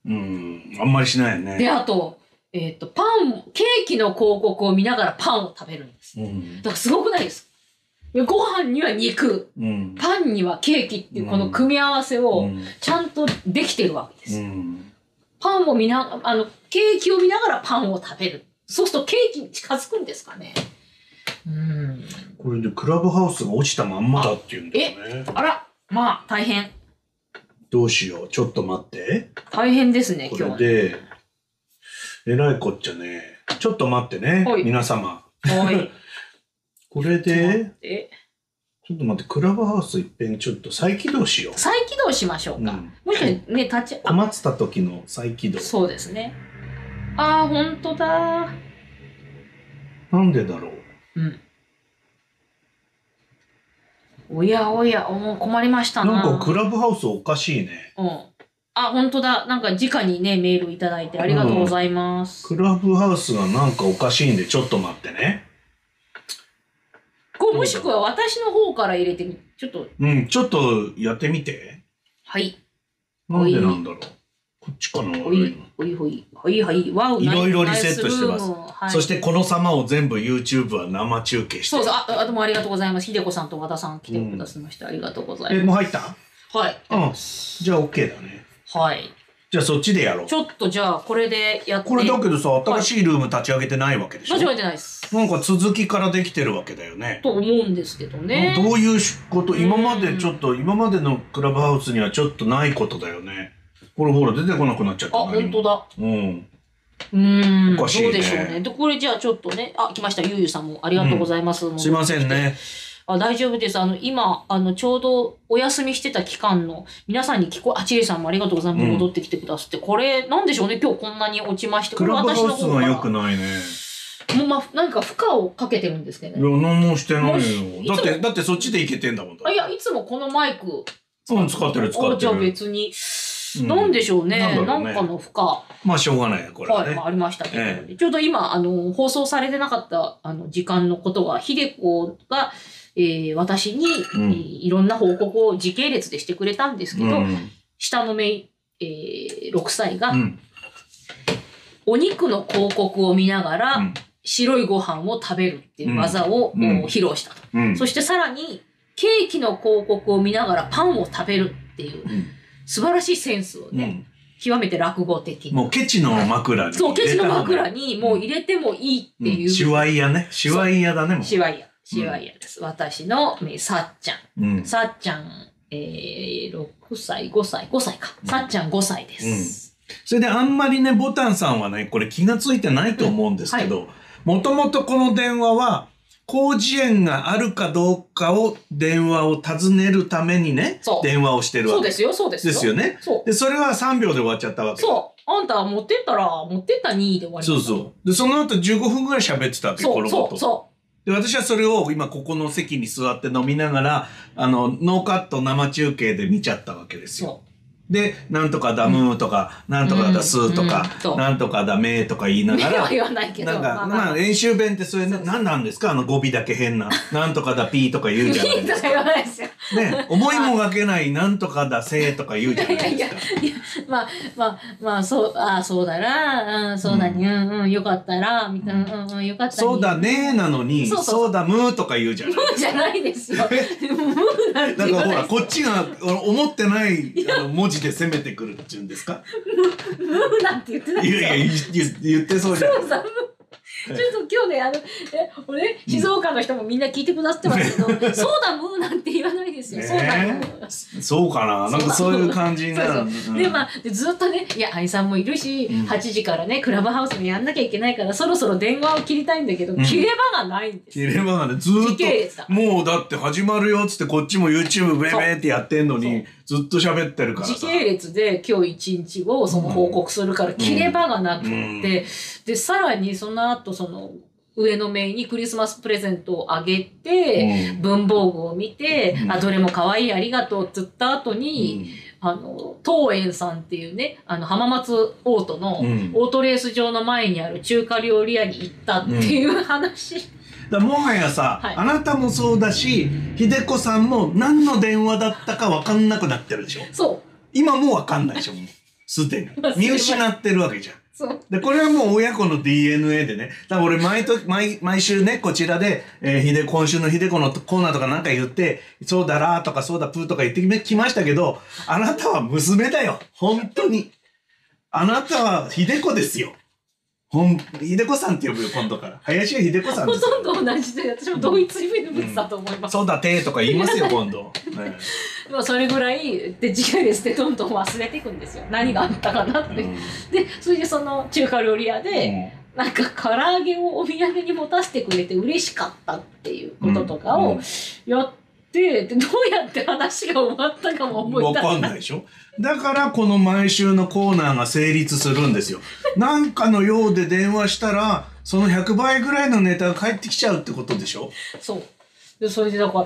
うんあんまりしないよね
で、あと、えっ、と、パン、ケーキの広告を見ながらパンを食べるんです。
うん
だからすごくないですかでご飯には肉、
うん
パンにはケーキっていうこの組み合わせ
う
を
ん
ちゃんとできてるわけです。
うん
パンを見な、あの、ケーキを見ながらパンを食べる。そうするとケーキに近づくんですかね。うん。
これでクラブハウスが落ちたまんまだっていうんだよね
あら、まあ、大変。
どうしようちょっと待って
大変ですね、
こ
今
れ
日。
でえらいこっちゃねちょっと待ってね
はい
皆様
はい。
これで
え
ちょっと待ってクラブハウスいっぺんちょっと再起動しよう
再起動しましょうか。
うん
もしかしてね、立ち、あ
困ってた時の再起動
そうですね。ああ、ほんとだ。
なんでだろう
うん。おやおや、もう困りましたな。
なんかクラブハウスおかしいね
うん。あ、ほんとだ。なんか直にね、メールいただいてありがとうございます。
クラブハウスがなんかおかしいんでちょっと待ってね
こうもしくは私の方から入れてみ、ちょっと、
うんちょっとやってみて
はい。
なんでなんだろうこっちかな
ほ
悪い
い
の、
ほいほい、ほいはい。わお、
いろいろ
ナイス
リセットしてます
ナイスルームはい、
そしてこの様を全部 YouTube は生中継して
そうそう、あ、あどうもありがとうございます。ひでこさんと和田さん来てくださいました。ありがとうござい
え
ます。
もう入った
はい。
うんじゃあ OK だね
はい。
じゃあそっちでやろう
ちょっとじゃあ、これでやって。
これだけどさ新しいルーム立ち上げてないわけでしょ
間違えてないです。
なんか続きからできてるわけだよね
と思うんですけどね。
どういうこと
うん
今までちょっと今までのクラブハウスにはちょっとないことだよねこれほら出てこなくなっちゃった
あ、本当
だ
だ。
うん
うーん。
おかしいね
どうでしょうね。で、これじゃあちょっとね、あ、来ました。ゆうゆうさんもありがとうございます。
すいませんね
あ大丈夫です。あの、今、あの、ちょうどお休みしてた期間の、皆さんに聞こえ、あ、ちえさんもありがとうございます。
うん
戻ってきてくださって、これ、なんでしょうね。今日こんなに落ちまして、こ
ク
れ
ラブハ
私の
ウス
方か
が
ら。
良くないね
もう、まあ、何か負荷をかけてるんですけど
い
ね。
や何もしてない
もし
よだっ
いつ
て
も
だってそっちでいけてんだもんだ
あいや、いつもこのマイク、
うん使ってる使
あ
って
じゃあ
る
別に、
うん
なんでしょうね。
なんだ
な
ろうんね
かの負荷。
まあしょうがないよこれは
はい、
ね
まあありましたけど、
え
ちょうど今、あの、放送されてなかった、あの、時間のことは、ひでこが、えー私に、
うん
えーいろんな報告を時系列でしてくれたんですけ
う
ど、
ん
下のめい、えー6歳が、
うん
お肉の広告を見ながら、
うん
白いご飯を食べるっていう技を、
うんうん
もう披露したと。
うん
そしてさらに、ケーキの広告を見ながらパンを食べるっていう、素晴らしいセンスを
うん
ね、極めて落語的
も
な。
うケチの枕に
そう、ケチの枕
に
にもう入れてもいいっていう。
シワイヤねシワイヤだねもう
シワイヤ。シワイヤです。私の、えーさっちゃん。
うん
さっちゃん、えー、6歳、5歳、5歳か。
うん
さっちゃん5歳です。
それであんまりね、ボタンさんはね、これ気がついてないと思うんですけど、もともとこの電話は、工事園があるかどうかを電話を尋ねるためにね
そ、う
電話をしてる
そ
わ
う
け
ですよ、そうですよ。
ですよね。
そう。
で、それは3秒で終わっちゃったわけ。
そう。あんた持ってったら、持ってった2位で終わり
そうそう。で、その後15分ぐらい喋ってたわけ、
そ
こ
う
の
そ
こ
う
と。
そ
で、私はそれを今ここの席に座って飲みながら、あの、ノーカット生中継で見ちゃったわけで
う。
すよ。
そ
で、なんとかだむーとか、なんとかだすーと
うん
か
うん、そう。
なんとかだめーとか言いうな
目
がら
は、言わないけど。
なん
ま
か、
あ
ま
ま
あ、
あ。
練習弁ってそれ、
そう
ね、
そう
何なんですかあの語尾だけ変な。なんとかだ、ピーとか言うじゃない
いい
で
と
す
か
か。
言わないですよ。
ね、思いもがけない、なんとかだ、せーとか言うじゃない
い
で
や
す
い
か。
まあまあまあそうああそうだなうんそうだにうんうんよかったらみたいなうんうんよかったに
そうだねーなのに、
そうそう
そうだむーとか言うじゃ ない
無じゃないですよ。無なんて
だか
言
ら
わ
ほ
な
ら、
い。
こっちがあの思ってないあの文字で攻めてくるっていうんですか
無なんて言ってない
い
ですよ。
やいや、言言ってそうじゃん。
そうさ無ちょっと今日ね、 あの、え、俺、静岡の人もみんな聞いてくださってますけど、そうだ、ムーなんて言わないですですよ。そうなの。
そうかななんかそういう感じになる。うん
でまあでずっとねいや愛さんもいるし、
うん
8時からねクラブハウスにやんなきゃいけないからそろそろ電話を切りたいんだけど、
うん
切れ場がないんです
切れ場がね、ずー
時系列
っ
だ
と、もうだって始まるよっつって、こっちも YouTube ブレベってやってんのに、ずっと喋ってるからさ。
時系列で今日一日をその報告するから切れ場がなくっ
う
て、
ん
でさらにその後その上のメイにクリスマスプレゼントをあげて、
うん
文房具を見て、
うん
あどれも可愛いありがとうって言った後に、
う
あの東園さんっていうねあの浜松オートの、
ん
オートレース場の前にある中華料理屋に行ったっていう話、
だからもはやさ、
はい
あなたもそうだし、秀子さんも何の電話だったか分かんなくなってるでしょ
そう
今もう分かんないでしょもうすでに
忘れま。し
見
た
失ってるわけじゃん。
そう
で、これはもう親子の DNA でね。だから俺毎と、毎、毎週ね、こちらで、えー、ひで、今週のひでこのコーナーとかなんか言って、そうだらーとかそうだぷーとか言ってきましたけど、あなたは娘だよ。本当に。あなたはひでこですよ。ほん、ひでこさんって呼ぶよ、今度から。林はひでこさん
ほ
ですよ
とんど同じで私も同一人物だと思います、
そうだてーとか言いますよ、今度。ね
まあそれぐらいで時系列でどんどん忘れていくんですよ何があったかなって、でそれでその中華料理屋で、なんか唐揚げをお土産に持たせてくれて嬉しかったっていうこととか
うん
をやって、でどうやって話が終わったかも思
わ
い出
か
せ
ん
な
ない
い
でしょだからこの毎週のコーナーが成立するん ですよ。なんかのようで電話したら、その100倍ぐらいのネタが返ってきちゃうってことでしょ
そうでそれでだから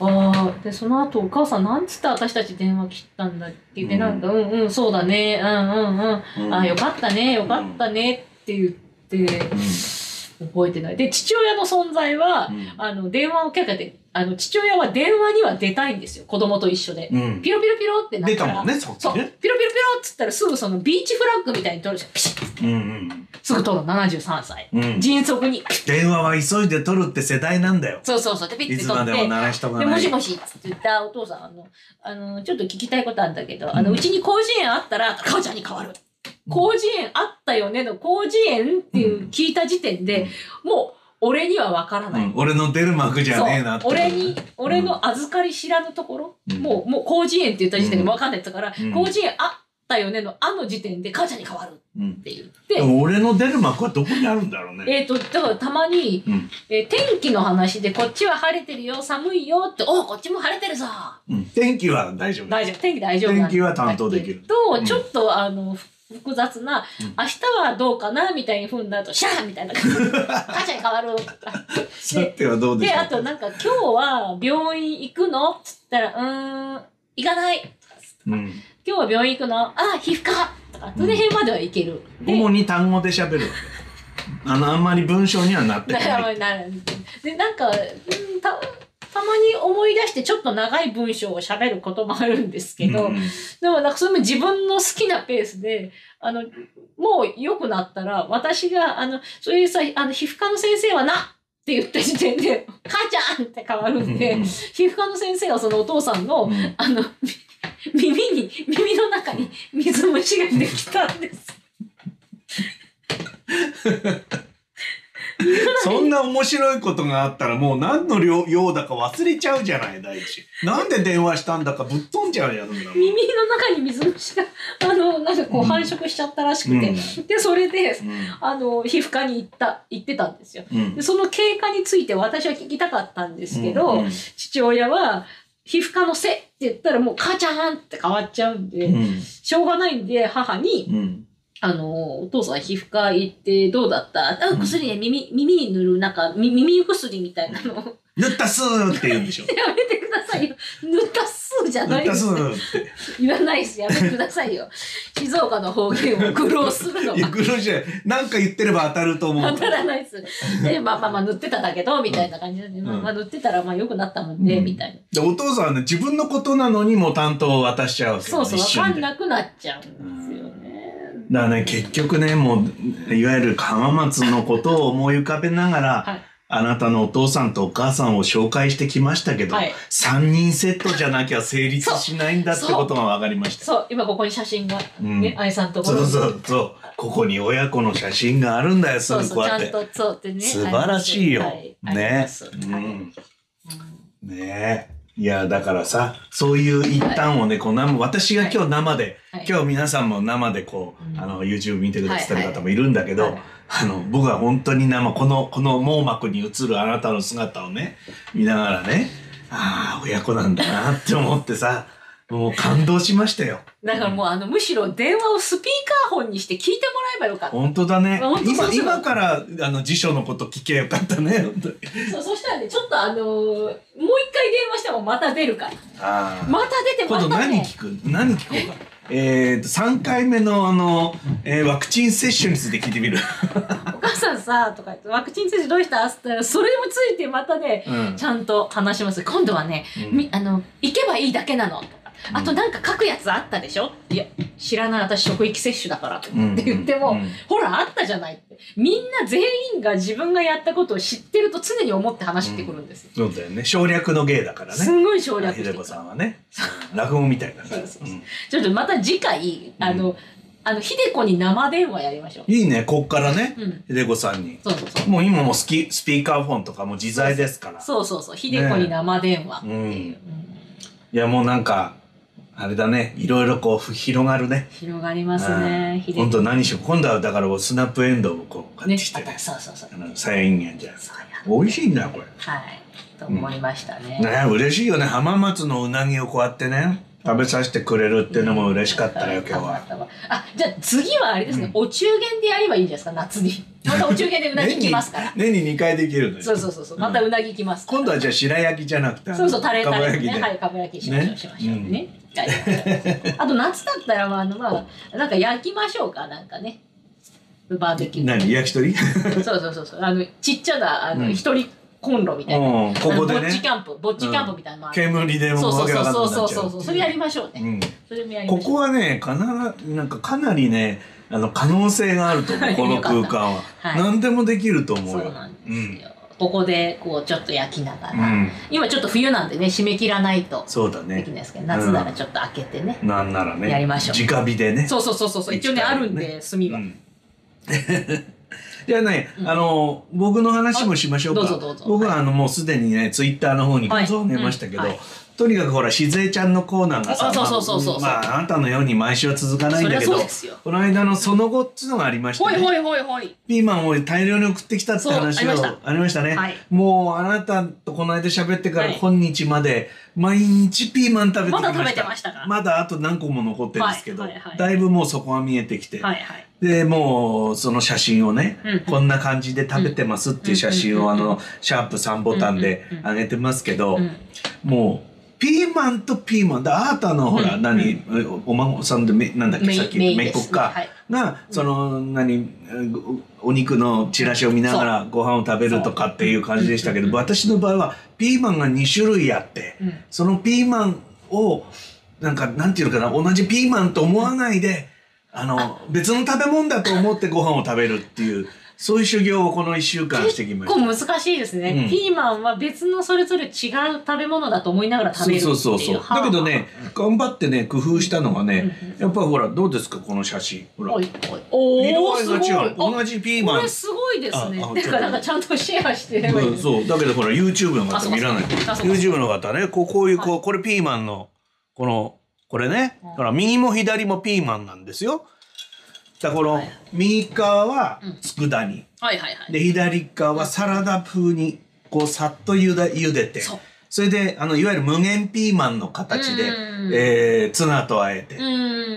ああでその後お母さんなんつって私たち電話切ったんだって言って、
うん
なんかうんうんそうだねうんうんうん、
うん
ああよかったねよかったねって言って覚えてないで父親の存在は、
うん
あの電話をかけてあの父親は電話には出たいんですよ子供と一緒で、
うん
ピ。ロピロピロってなったら
出たもんねそっちね
うピロピロピロっつったらすぐそのビーチフラッグみたいに取るじゃんピシッ
うん
すぐ取るの73歳、
うん
迅速に
電話は急いで取るって世代なんだよ。
そうそうそうでピッ
い
て
つ
取
ま
っ
で
て
も鳴らしたが
で、
な
も
い
し。もしっつって言ったお父さん、あの、あの、ちょっと聞きたいことあるんだけど、あの、うちに広辞苑あったら、母ちゃんに変わる。広辞苑あったよねの広辞苑っていう聞いた時点で、もう、俺にはわから
う
ない。
ん、俺の出る幕じゃ
そう
ねえなってことね
俺に、俺の預かり知らぬところ、
うん
もう、もう広辞苑って言った時点でわかんないって言ったから、
うん
広辞苑あったよねのあの時点で母ちゃんに変わるっ
うん
て言っ
で
て、
も俺の出る幕はどこにあるんだろうね。
えっ、と、だからたまに、
うん
えー天気の話でこっちは晴れてるよ、寒いよって、おうこっちも晴れてるぞ
うん天気は大丈夫。
大丈夫天気大丈夫なんだ
天気は担当できる
と、
うん
ちょっとあのふ複雑な、
うん
明日はどうかなみたいに踏んだ後シャーみたいな感じ母ちゃんに変わ るとか
さてはどうでし
で
ょう
あとなんか「今日は病院行くの?」っつったら「うーん行かない」とか
うん
「今日は病院行くのああ皮膚科」とかその辺までは行ける、で
主に単語で喋るわけあのあんまり文章にはなってこ
な
な
る
い
なる でなんか、うん、たたまに思い出してちょっと長い文章を喋ることもあるんですけど、
うん
でもなんかそれも自分の好きなペースで、あの、もう良くなったら、私が、あの、そういうさ、あの、皮膚科の先生はなって言った時点で、 母ちゃんって変わるんで、
うんうん
皮膚科の先生はそのお父さんの、
うん
あの、み耳に、耳の中に水虫ができたんです。
そんな面白いことがあったらもう何の量用だか忘れちゃうじゃない第一なんで電話したんだかぶっ飛んじゃうやつなの
耳の中に水虫が、あの、なんかこう繁殖しちゃったらしくて、
う
で、それで、あの、皮膚科に行った、行ってたんですよ。
うんうん
でその経過について私は聞きたかったんですけど、
うんうん
父親は皮膚科のせって言ったらもう母ちゃんって変わっちゃうんで、
うん
しょうがないんで母に、
うん
あの、お父さん皮膚科行ってどうだった
う
あ
ん
薬ね、耳、耳に塗るなんか、み耳薬みたいなのを
塗ったっすーって言うんでしょ
やめてくださいよ。塗ったっすーじゃ
塗
な
っ
いで
たっ
す
す。ーって
言わないし、やめてくだ さいよ。静岡の方言を苦労するの
いや
は。
苦労じゃないなんか言ってれば当たると思う
当たらないです。で、まあまあまあ塗ってただけど、みたいな感じなんで、まあまあ塗ってたらまあ良くなったもんで、
うん
みたいな。
でお父さんはね自分のことなのにもう担当を渡しちゃうわけ
そうそう、
一瞬
わか
で
んなくなっちゃうんですよね。
だからね結局ねもういわゆる浜松のことを思い浮かべながら、
はい
あなたのお父さんとお母さんを紹介してきましたけど、
はい
三3人セットじゃなきゃ成立しないんだってことが分かりました
そう、今ここに写真が、
うん
ね、愛さんとこ
そ
ろ
う
に
そうそうここに親子の写真があるんだよす
そう
ぐこ
そうう、ち
や
ゃ
っ
ん
て
と、そうってね。
素晴らしいよ、
はいありま
ね
す、
うん、ねえいや、だからさ、そういう一端をね、こう、生私が今日生で、
はい
今日皆さんも生でこう、
うん
あの、YouTube 見てくださってる方もいるんだけど、
はいはい
あの、僕は本当に生、この、この網膜に映るあなたの姿をね、見ながらね、ああ、親子なんだなって思ってさ、 もう感動しましたよ。
だからもうあのむしろ電話をスピーカーフォンにして聞いてもらえばよかった。
本当だね
本。当そう
今、
そう
今から、あの、辞書のこと聞けよかったね、本当に。
そうそしたらねちょっとあのーもう一回電話してもまた出るから。
ああ。
また出て
今
ま
度
た
何
ね。
聞く何聞こうか。えーと、3回目の、あの、えーワクチン接種について聞いてみる。
お母さんさとか言ってワクチン接種どうしたっつったらそれもついてまたね
うん
ち。ゃんと話します。今度はね、
うん
みあの行けばいいだけなの。とか
うん
あとなんか書くやつあったでしょいや、知らない私職域接種だからって
うん
言っても、
うん
ほらあったじゃないって。みんな全員が自分がやったことを知ってると常に思って話してくるんですよ。
そうだよね。省略の芸だから
す
ね。
んごい省略
ひ
して
で
く
こ
る
さんはね。うん落語みたいなさ。
そうそうそう
うん
ちょっとまた次回、あの、あの、ひでこに生電話やりましょう。
いいね、こっからね
う。ん。
ひでこさんに。
そうそうそう。
もう今もスキスピーカーフォンとかも自在ですから。
そうそうそう。ひでこに生電話。
うん。
うん
いや、もうなんか、あれだね。いろいろこう、広がるね。
広がりますね。ひでこ
今。度何しよう。今度はだからスナップエンドウをこう、買っ
ね
てきてね。。
そうそうそう
あ。の、サインゲンじゃん。
そうや。
美味しいんだよ、これ。
はい。と思いましたね。
ね嬉しいよね浜松のうなぎをこうやってね食べさせてくれるっていうのも嬉しかったよ今日は。
あ、じゃあ次はあれですね、お中元でやればいいんじゃないですか、夏 に。またお中元でうなぎ来ますから。
年に2回できるのよ
そうそうそうそう、またうなぎ来ますから。
今度はじゃあ白焼きじゃなくて
そうそう、タレタ
かば
レ
焼
で
き
ね。
で、
はい、かぶ焼きしましょう、
ね
しましょうね。はいあと夏だったら、まああの、まあ、なんか焼きましょうか、なんかね。バーベキュー。
何焼き鳥
そうそうそうそう、あの、ちっちゃな、あ
う
の、
ん
一人コンロみたいな。
うんここで
あのぼっちキ
ね
ャンプ、ぼっちキャンプみたいなのある。
煙でも
そう
う
そ
わ
う
けわかんな
そう
くな
そ
っ
う
ちゃ
そううそう、それやりましょうね。
うん
それもやりま
こ
しょう。
こはねかななんかかなりねあの可能性があると思
は
う
い
この空
よか
間は、
はい
何でもできると思うよ
そうなんですよ。ここでこうちょっと焼きなが
う
ら、
ん、
今ちょっと冬なんでね締め切らないと
そうだ
できない
ね
ですけど、夏ならちょっと開けてね、
なんならね
やりましょう
直火でね
そうそうそうそうそう一応ね
行きたいよ
あ
ね
るんで炭は、
うん、 じゃあね、
うん
あの僕の話もしましょうか
あどうぞどうぞ
僕はあの、もうすでにねツイッターの方に
はい
画像を上げましたけど、
うんはい
とにかくほらしずえちゃんのコーナーがさ
あそうそうそうそうそう
まあ、まああなたのように毎週は続かないん
そり
だ
ゃ
け
そ
ど
うですよ
この間のその後っつうのがありまして、
ほ
ね
いほいほいほい
ピーマンを大量に送ってきたって話を
そうありました
ありましたね、
はい
もうあなたとこの間喋ってから
はい
今日まで毎日ピーマン食べてきました
まだ食べてましたか
まだあと何個も残ってるんですけど、
はいはいはい
だいぶもうそこは見えてきて、
はいはい
でもうその写真をね、
うん
こんな感じで食べてますっていう写真
うん
をあのシャープ3ボタンで
うんうんうん
上げてますけど、
うん
もうピーマンとピーマンであなたのほら、
うん
何おお孫さんでめなんだっけ
メイ
さっき
メイン
めい
で
っ子
す
か、
はい
がその何おお肉のチラシを見ながらご飯を食べるとかっていう感じでしたけ
うんうん
ど
うん
私の場合はピーマンが2種類あって
うん
そのピーマンをなんかなんていうのかな同じピーマンと思わないであの別の食べ物だと思ってご飯を食べるっていうそういう修行をこの1週間してきました。
結構難しいですね、
うん
ピーマンは別のそれぞれ違う食べ物だと思いながら食べるってい
そううそうそうそうだけどね頑張ってね工夫したのがね
うんうん
やっぱほらどうですかこの写真ほら
おいおいお
色
お
合い
す
が
ごい
違う
あ
同じピー
こ
マン
れすごいですね
ああ
てかなんかちゃんとシェアしてればいい
そ
で
う
すね
そうだけどほら YouTube の
あそ
方
うか
見らない
そうかあそうか
YouTube の方ねこうこういうこ
は
うこれピーマンのこのこれね
うん
だから右も左もピーマンなんですよだからこ
は
の
い
右側は
うん
佃煮
はいはいはい
で左側はサラダ風にこうさっとゆだ茹でて
そう
それであのいわゆる無限ピーマンの形で
うん
えーツナとあえてっ
っ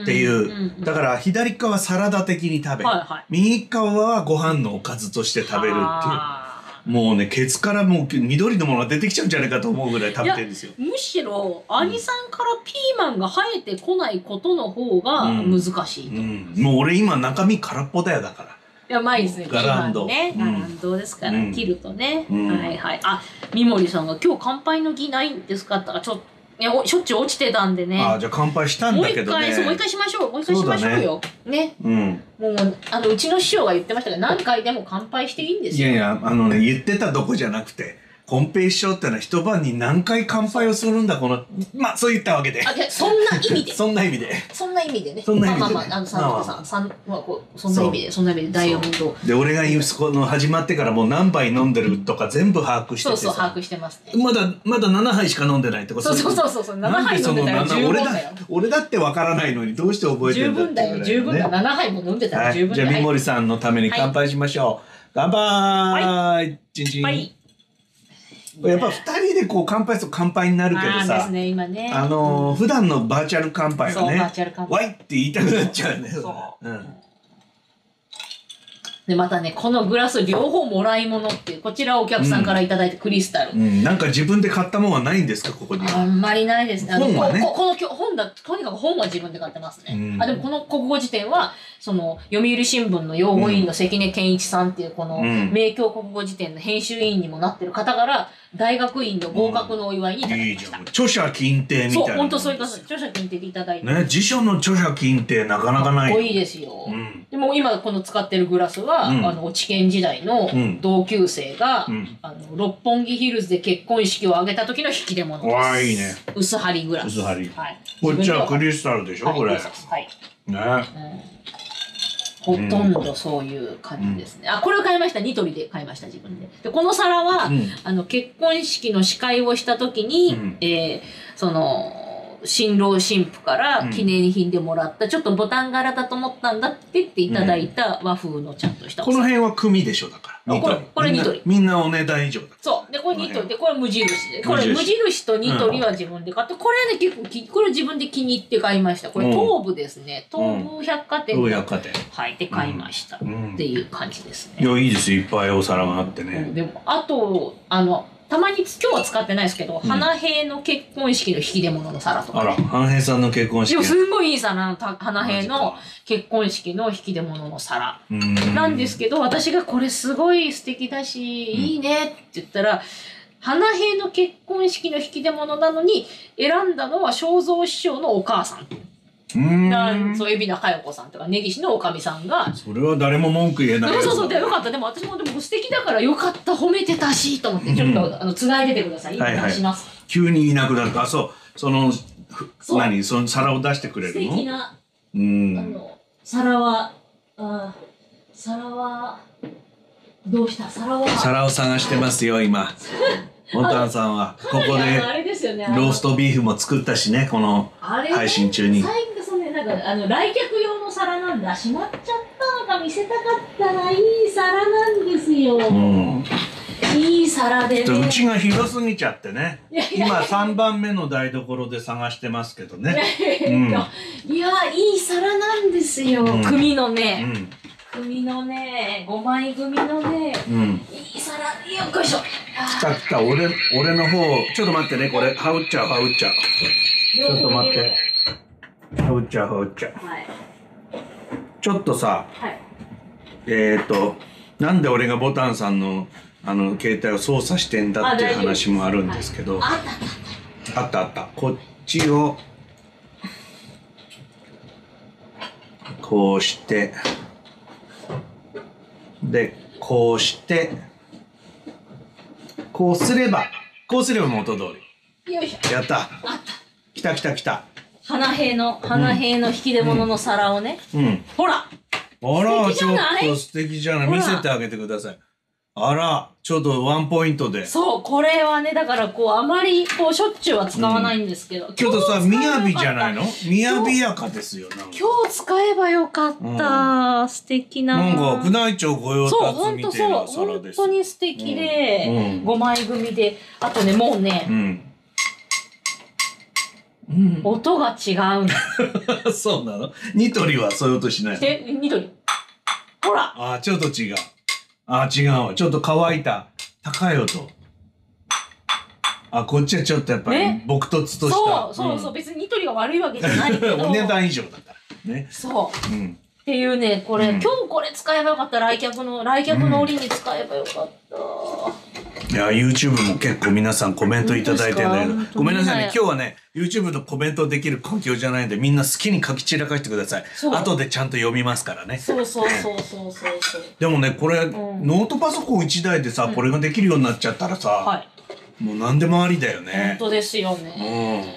て
いうだ
か
から左側はサラダ的に食べ
はいはい
右側はご飯のおかずとして食べるっていう。もうね、ケツからもう緑のものが出てきちゃうんじゃないかと思うぐらい食べてるんですよ。
むしろ兄さんからピーマンが生えてこないことの方が
うん
難しい、
う
い
ん、もう俺今中身空っぽだよだから。
やうまいですねピ
ガ
ー
ラ
マ
ンド
ンね
うん
ガランドですから、
うん
切るとね、
うん
はいはいあ三森さんが「今日乾杯の儀ないんですか?」って言ったらちょいやおしょっちゅう落ちてたんでね
ああじゃあ乾杯したん
もう
だ
一
けどね。
回そうもう一回しましょうもう一回しましょうよね
うん。
もうあのうちの師匠が言ってましたけど何回でも乾杯していいんです
い
よ
やいやあのね言ってたどこじゃなくて。金平師匠ってのは一晩に何回乾杯をするんだこのまあそう言ったわけで
あでそんな意味で
そんな意味で
そんな意味でね
そんな意味で
まあまあまああの三
まあ
とさん三はこうそんな意味でそんな意味でダイヤモンドを
で俺が言うそこの始まってからもう何杯飲んでるとか全部把握して
そ
て
うそう
さ
把握してますね
まだまだ7杯しか飲んでないってこと
そうそうそうそうそう7
なん
杯
で
飲
そ
んで
の
たら
7
十分
俺
だよ
だ俺だってわからないのにどうして覚えて
十
るんだっ
分
てぐ
だよ
らい
十分だ
ね
7杯も飲んでた
は
ら十
い、
分
じ
だ
ゃあ
よ
三森さんのために乾杯しましょう、乾杯チンチン
はい
やっぱ二人でこう乾杯すると乾杯になるけど
あーで
さ
すね今ね
あのー普段のバーチャル乾杯
そ
は
う
ね
バーチャル乾杯
わいって言いたくなっちゃうね
そ
ん、
でまたねこのグラス両方もらい物っていうこちらお客さんからいただいてクリスタル、
うん、なんか自分で買ったもんはないんですかここに
あんまりないですね。あの
本はね
こここのきょ本だとにかく本は自分で買ってますね。
うん
あでもこの国語辞典はその読売新聞の用語委員の関根健一さんっていうこの
うん
名教国語辞典の編集委員にもなってる方から大学院の合格のお祝いにいただ
い
き
い
ま
じ
し
ゃ
た。
ん著者禁定みたい
そ
な
う本当そういうことです著者金的いただいて。
ね辞書の著者禁定なかなか
か
な
っ
い
こいいですよ。
うん
でも今この使ってるグラスは、
うん
あの落研時代の
うん
同級生が、
うん
あの六本木ヒルズで結婚式を挙げた時の引き出物です。
わあいいね。
薄張りグラス。
薄張り
はい。
こっちはク
ス
リスタルでしょ、これ
はい。
ね
うん、ほとんどそういう感じですね。あ、これを買いました。ニトリで買いました、自分で。で、この皿は、
うん
あの、結婚式の司会をした時に、
うん
えーその、新郎新婦から記念品でもらった、ちょっとボタン柄だと思ったんだって言っていただいた和風のちゃんとしたお
この
皿、
辺は組でしょだから
あこれ
ニトリ
これニトリ
みんなみんなお値段以上だ
そう。で、これニトリで、これ無印で。
無
こ
印
れ無印とニトリは自分で買って、これね、結構き、これ自分で気に入って買いました。これ
うん
東武ですね。
うん
東武百貨店
東
で
百貨店
はい、で買いました、
うん
っていう感じです
い
ね。
やいいですよいっぱいお皿があって
うん
ね、
でもあとあのたまに今日は使ってないですけど、
ん
花幣の結婚式の引き出物の皿と
あ
か、
ら
ね、
半平さんの結婚
で
式
もすんごいいい皿のた花
マ
幣
ジ
の
か
結婚式の引き出物の皿
うん
なんですけど、私がこれすごい素敵だし、
うん
いいねって言ったら花幣の結婚式の引き出物なのに選んだのは正蔵師匠のお母さん、
うーん
なんそう海老名佳代子さんとか根岸のおかみさんが
それは誰も文句言えない
で
よ
もそうそうでよかったでも私もでも素敵だからよかった褒めてたしと思ってちょっと、
うん
あの繋いでてください今
はいはい
出します、
急にいなくなるあそうそのふ
そう
何その皿を出してくれ
素
るの
敵な、
う
あ
ん
の皿はあー皿はどうした皿は
皿を探してますよ 今モタンさんはここ
あ
で
のあれですよねあの
ローストビーフも作ったしねこの
あれね
配信中に
最後そのねなんかあの来客用の皿なんだしまっちゃったのが見せたかったないい皿なんですよ、
うん
いい皿で
ちょっと
ね
う ちが広すぎちゃってね
いやいや
今3番目の台所で探してますけどね
えーっといやいい皿なんですよ、
うん
組のね、
うん
組のね、5枚組のね、
うん
いい皿、よっこいしょ。
来
あ
た来た俺俺の方ちょっと待ってねこれ羽織っちゃう羽織っちゃう
ー
ちょっと待って。羽織っちゃう羽織っちゃう
はい。
ちょっとさ
はい。
えー、となんで俺がボタンさんのあの携帯を操作してんだっていう
あ大丈夫
話もあるんですけどあ
あったあった。
ったあったこっちをこうしてでこうしてこうすればこうすれば元通
よいしょ。
りやった
あった。
来た来た来た
花兵の、花兵の引き出物の皿をね。
うん
ほら
あら、
素敵
ち
じ
ょ
ゃ
っ
ない
と素敵じゃない。
ほ
見
ら
せてあげてください。あら、ちょっとワンポイントで。
そう、これはね、だからこう、あまり、こう、しょっちゅうは使わないんですけど。
ちょっとさ、
今日使えば
雅
よかった
じゃないの雅やかですよ。なんか
今日使えばよかった。素敵な。
なんか、宮内庁御用
そう、
達
本当
み
そ、
たいうな皿で
本
すよ。
当に素敵で、
うんうん
5枚組で、あとね、もうね、
うん。うん、
音が違うんだ
そうなのニトリはそういう音しないの
で、緑。ほら
あーちょっと違うあー違うわちょっと乾いた高い音あこっちはちょっとやっぱり
ね
朴突とした、
そうそうそう、
ん
別にニトリが悪いわけじゃないけど
お値段以上だからね
そうっ
うん
ていうねこれ、
うん
今日これ使えばよかった来客の来客の折に使えばよかった、
いや YouTube も結構皆さんコメントいただいてるんだけ
本当です
ど
か
ごめんなさいね
本当
今日はね YouTube のコメントできる環境じゃないんでみんな好きに書き散らかしてください
そう
後でちゃんと読みますからね
そうそうそうそうそうそう。
でもねこれ、
ん
ノートパソコン1台でさこれができるようになっちゃったらさ、
はい。
もう何でもありだよ
本
ね
当ですよ
う
ね。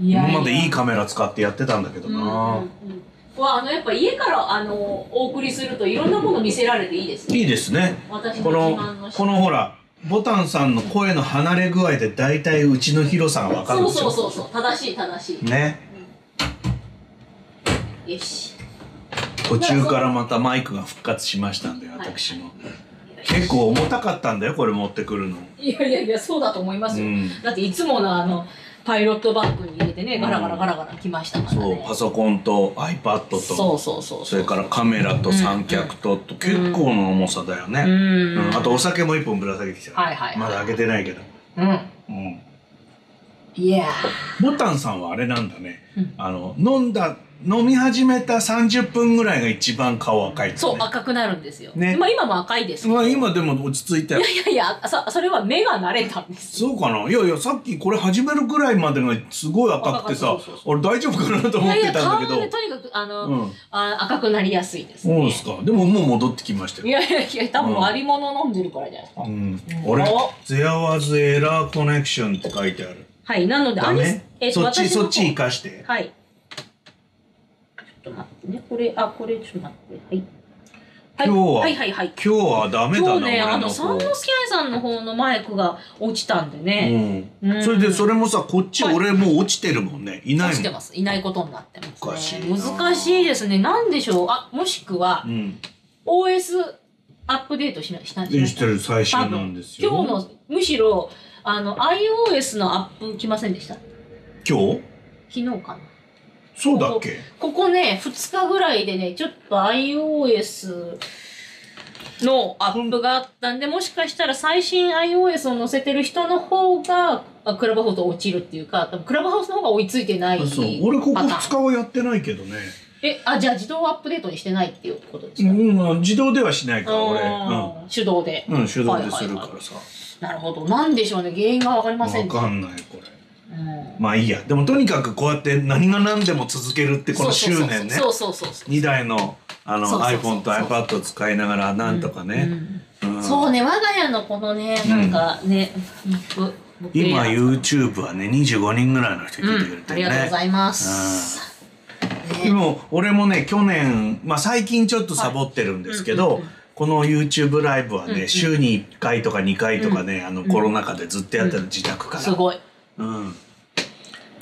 ん
い
今までいい
か
カメラ使ってやってたんだけど
うんうん
な、
うん。わあのやっぱ家からあのお送りするといろんなもの見せられていいですね。
いいですね
私の
こ
自
の
慢の人。
このほらボタンさんの声の離れ具合で大体うちの広さが分かる
そ
で
う
し
そ
ょ
うそうそう正しい正し
ね
い。よし。
途中からまたマイクが復活しましたんで私も結構重たかったんだよこれ持ってくるの
いやいやいやそうだと思いま
う
すよ。
ん
だっていつものあのパイロットバッグに入れてねガラガラガラガラ来ましたから
そう
ね。
パソコンと iPad と
そうそうそう
それからカメラと三脚とと結構の重さだよ
う
ね、
ん、
うんあとお酒も一本ぶら下げてきた、
はいはいはい
まだ開けてないけど、
うん
うん、
いや
ボタンさんはあれなんだね、
うん
あの飲んだ飲み始めた30分ぐらいが一番顔赤いってね、
そう赤くなるんですよ、
ね
まあ今も赤いですけど
まあ今でも落ち着いたよ
いやいやあそそれは目が慣れたんです
そうかないやいやさっきこれ始めるぐらいまでがすごい赤くてさ
赤かったそうそうそ
俺大丈夫かなと
い
思っ
やい
て
や
たんだ
顔
けど
はねとにかくあの、
うん
あ赤くなりやすいです、
そう
ね
で、すかでももう戻ってきました
い
よ、
やいやいや多分割り物飲んでるからじゃないですか、
うん、俺
お
「There was error connection」って書いてある
はいなので
ダ
アニ
メ
スえーと
そっち
私の
そ
方
っち生かして
はいちょっと待ってねこれあこれちょっと待ってはいはい
今日は
はいはいはい
今日はダメだな
今日ね
俺
あの
方
三之助愛さんの方のマイクが落ちたんで
う
ね、
ん
うん
それでそれもさこっち
はい
俺もう落ちてるもんねいな
落
い
ちて
もん
ますいないことになってます、ね、
おかしいな
難しいですねなんでしょうあもしくは
うん
OS アップデートしなしたん
で
で
し
す
てる最新なんですよ
今日のむしろあの iOS のアップ来ませんでした
今日
昨日かな
そうだっけ
ここね2日ぐらいでねちょっと iOS のアップがあったんでもしかしたら最新 iOS を載せてる人の方があクラブハウス落ちるっていうか多分クラブハウスの方が追いついてない
あそう俺ここ
パターン
2日はやってないけどね
えあじゃあ自動アップデートにしてないっていうことですか、
うん自動ではしないから俺
あー手動で、
うんうん手動でするからさ
なるほどなんでしょうね原因が分かりません
分
ね
かんないこれ
うん
まあいいやでもとにかくこうやって何が何でも続けるってこの執念ね
そうそうそうそう
2台のあの
そうそうそうそう
iPhone と iPad を使いながらなんとかね、うん
そうね我が家のこのねなんかね、うん、僕
今
僕
YouTube はね25人ぐらいの人聞いてくれ
うん、あ
て
り
る
がとうご
ね、
ざいます。
でも俺もね去年、まあ、最近ちょっとサボってるんですけど、
はいうんうんうん
この YouTube ライブはね、
うんうん
週に1回とか2回とかね、あのコロナ禍でずっとやってる
うん
自宅から、
すごい。
うん、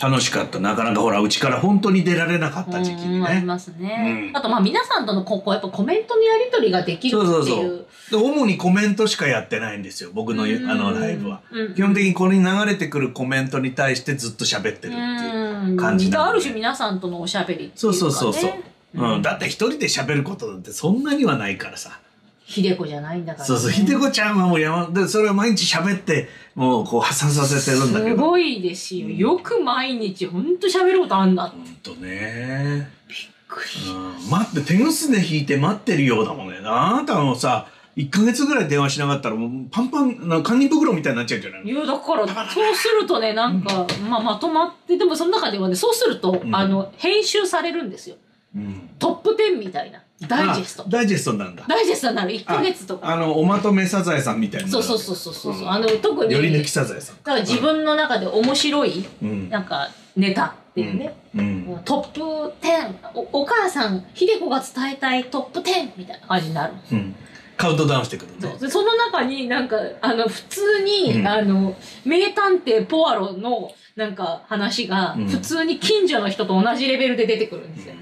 楽しかったなかなかほらうちから本当に出られなかった時期に
うんあり
ね
ますね。
うん
あとまあ皆さんとのここやっぱコメントのやり取りができる
そうそう
って
そ
いう
う。で主にコメントしかやってないんですよ僕のあ
うん
のライブは
うん
基本的にこれに流れてくるコメントに対してずっと喋ってるっていう
うん
感じなん
あ
で
る種皆さんとのおしゃべりっていうか、ね。
そうそうそうそう、うん
うん
だって一人で喋ることなんてそんなにはないからさ
秀子じゃないんだから、ね。
そうそうひでこちゃんはもう山でそれを毎日喋ってもうこう破産させてるんだけ
す
ど
ごいですよ。よく毎日ほんと喋ることあんなって
ほんとね
びっくり。
うん待って手ぐすね引いて待ってるようだもんねあなたもさ1ヶ月ぐらい電話しなかったらもうパンパンなんか堪忍袋みたいになっちゃうんじゃないの
いやだからそうするとねなんか、まあ、まとまってでもその中ではねそうすると、
ん
あの編集されるんですよ
うん
トップ10みたいなダイジェスト
あダイジェストなんだ
ダイジェストになる1か月と
あ
か
のおまとめサザエさんみたいな
そうそうそうそうそう、
うん
あの特に
より抜
だ
きサザエさん
から自分の中で面白い
うん
なんかネタっていうね、
うん
もうトップ10おお母さん秀子が伝えたいトップ10みたいな感じになる
うんカウントダウンしてくるね
そうでその中になんかあの普通に、
うん
あの名探偵ポアロのなんか話が
うん
普通に近所の人と同じレベルで出てくるんですよ、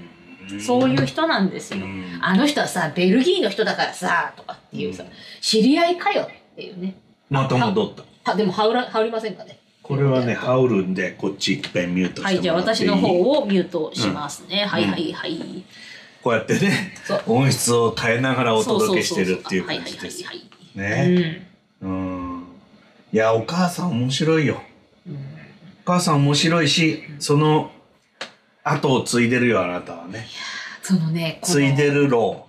そういう人なんですよ、
うん
あの人はさベルギーの人だからさとかっていうさ、
うん
知り合いかよっていうね
また戻った
はでも羽織ら羽織りませんかね
これはね羽織るんでこっち一遍ミュート
は
し
い
て
じゃあ
もらって
私
いい、
の方をミュートしますね、はいはいはい、
こうやってね
そう
音質を変えながらお
そう
届
そう
けして
そうそう
るっていう感じです
はいはいはいはい
ねうんいやお母さん面白いよ
うんうん
お母さん面白いしその後を継いでるよあなたはね
そのねこの
継いでるろ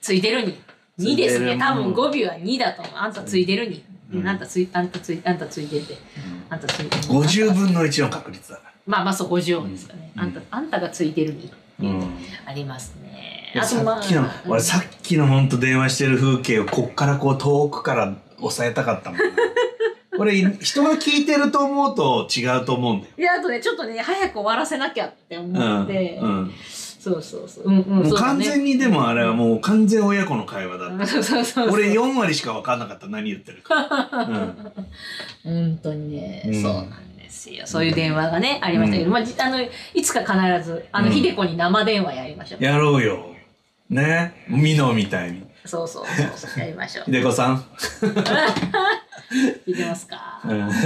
ついでるに2です
ついて
ね。
る
多分語尾は2だと思う。あんたついてるに。
うん
あんたつい、あんたつい、あんたついてて。あんたついてる。
50分の1の確率だか
まあまあそう、50音ですかね。
うん
あんた、あんたがついてるにって
ら、
いうのありますね。あと
さ
まあ。
っきの、
うん
俺さっきのほんと電話してる風景をこっからこう遠くから抑えたか ったもんなこれ人が聞いてると思うと違うと思うんだよ
いや、あとね、ちょっとね、早く終わらせなきゃって思って。
うんうん
そうそうそう。うんうん。
もう
そうだ
完
ね
全にでもあれはもう完全親子の会話だっ
うんそうそうそ
た、
うそう。
俺4割しか分かんなかった何言ってる か、うん
本当にね、
うん
そうなんですよ。そういう電話がね、ありましたけど、まあ、じあの、いつか必ず、あの、
うん
ひでこに生電話やりましょう。
やろうよねミノみたいに
そうそうそうそう、やりましょう。
秀子さん、
聞いてますか
うん
つっ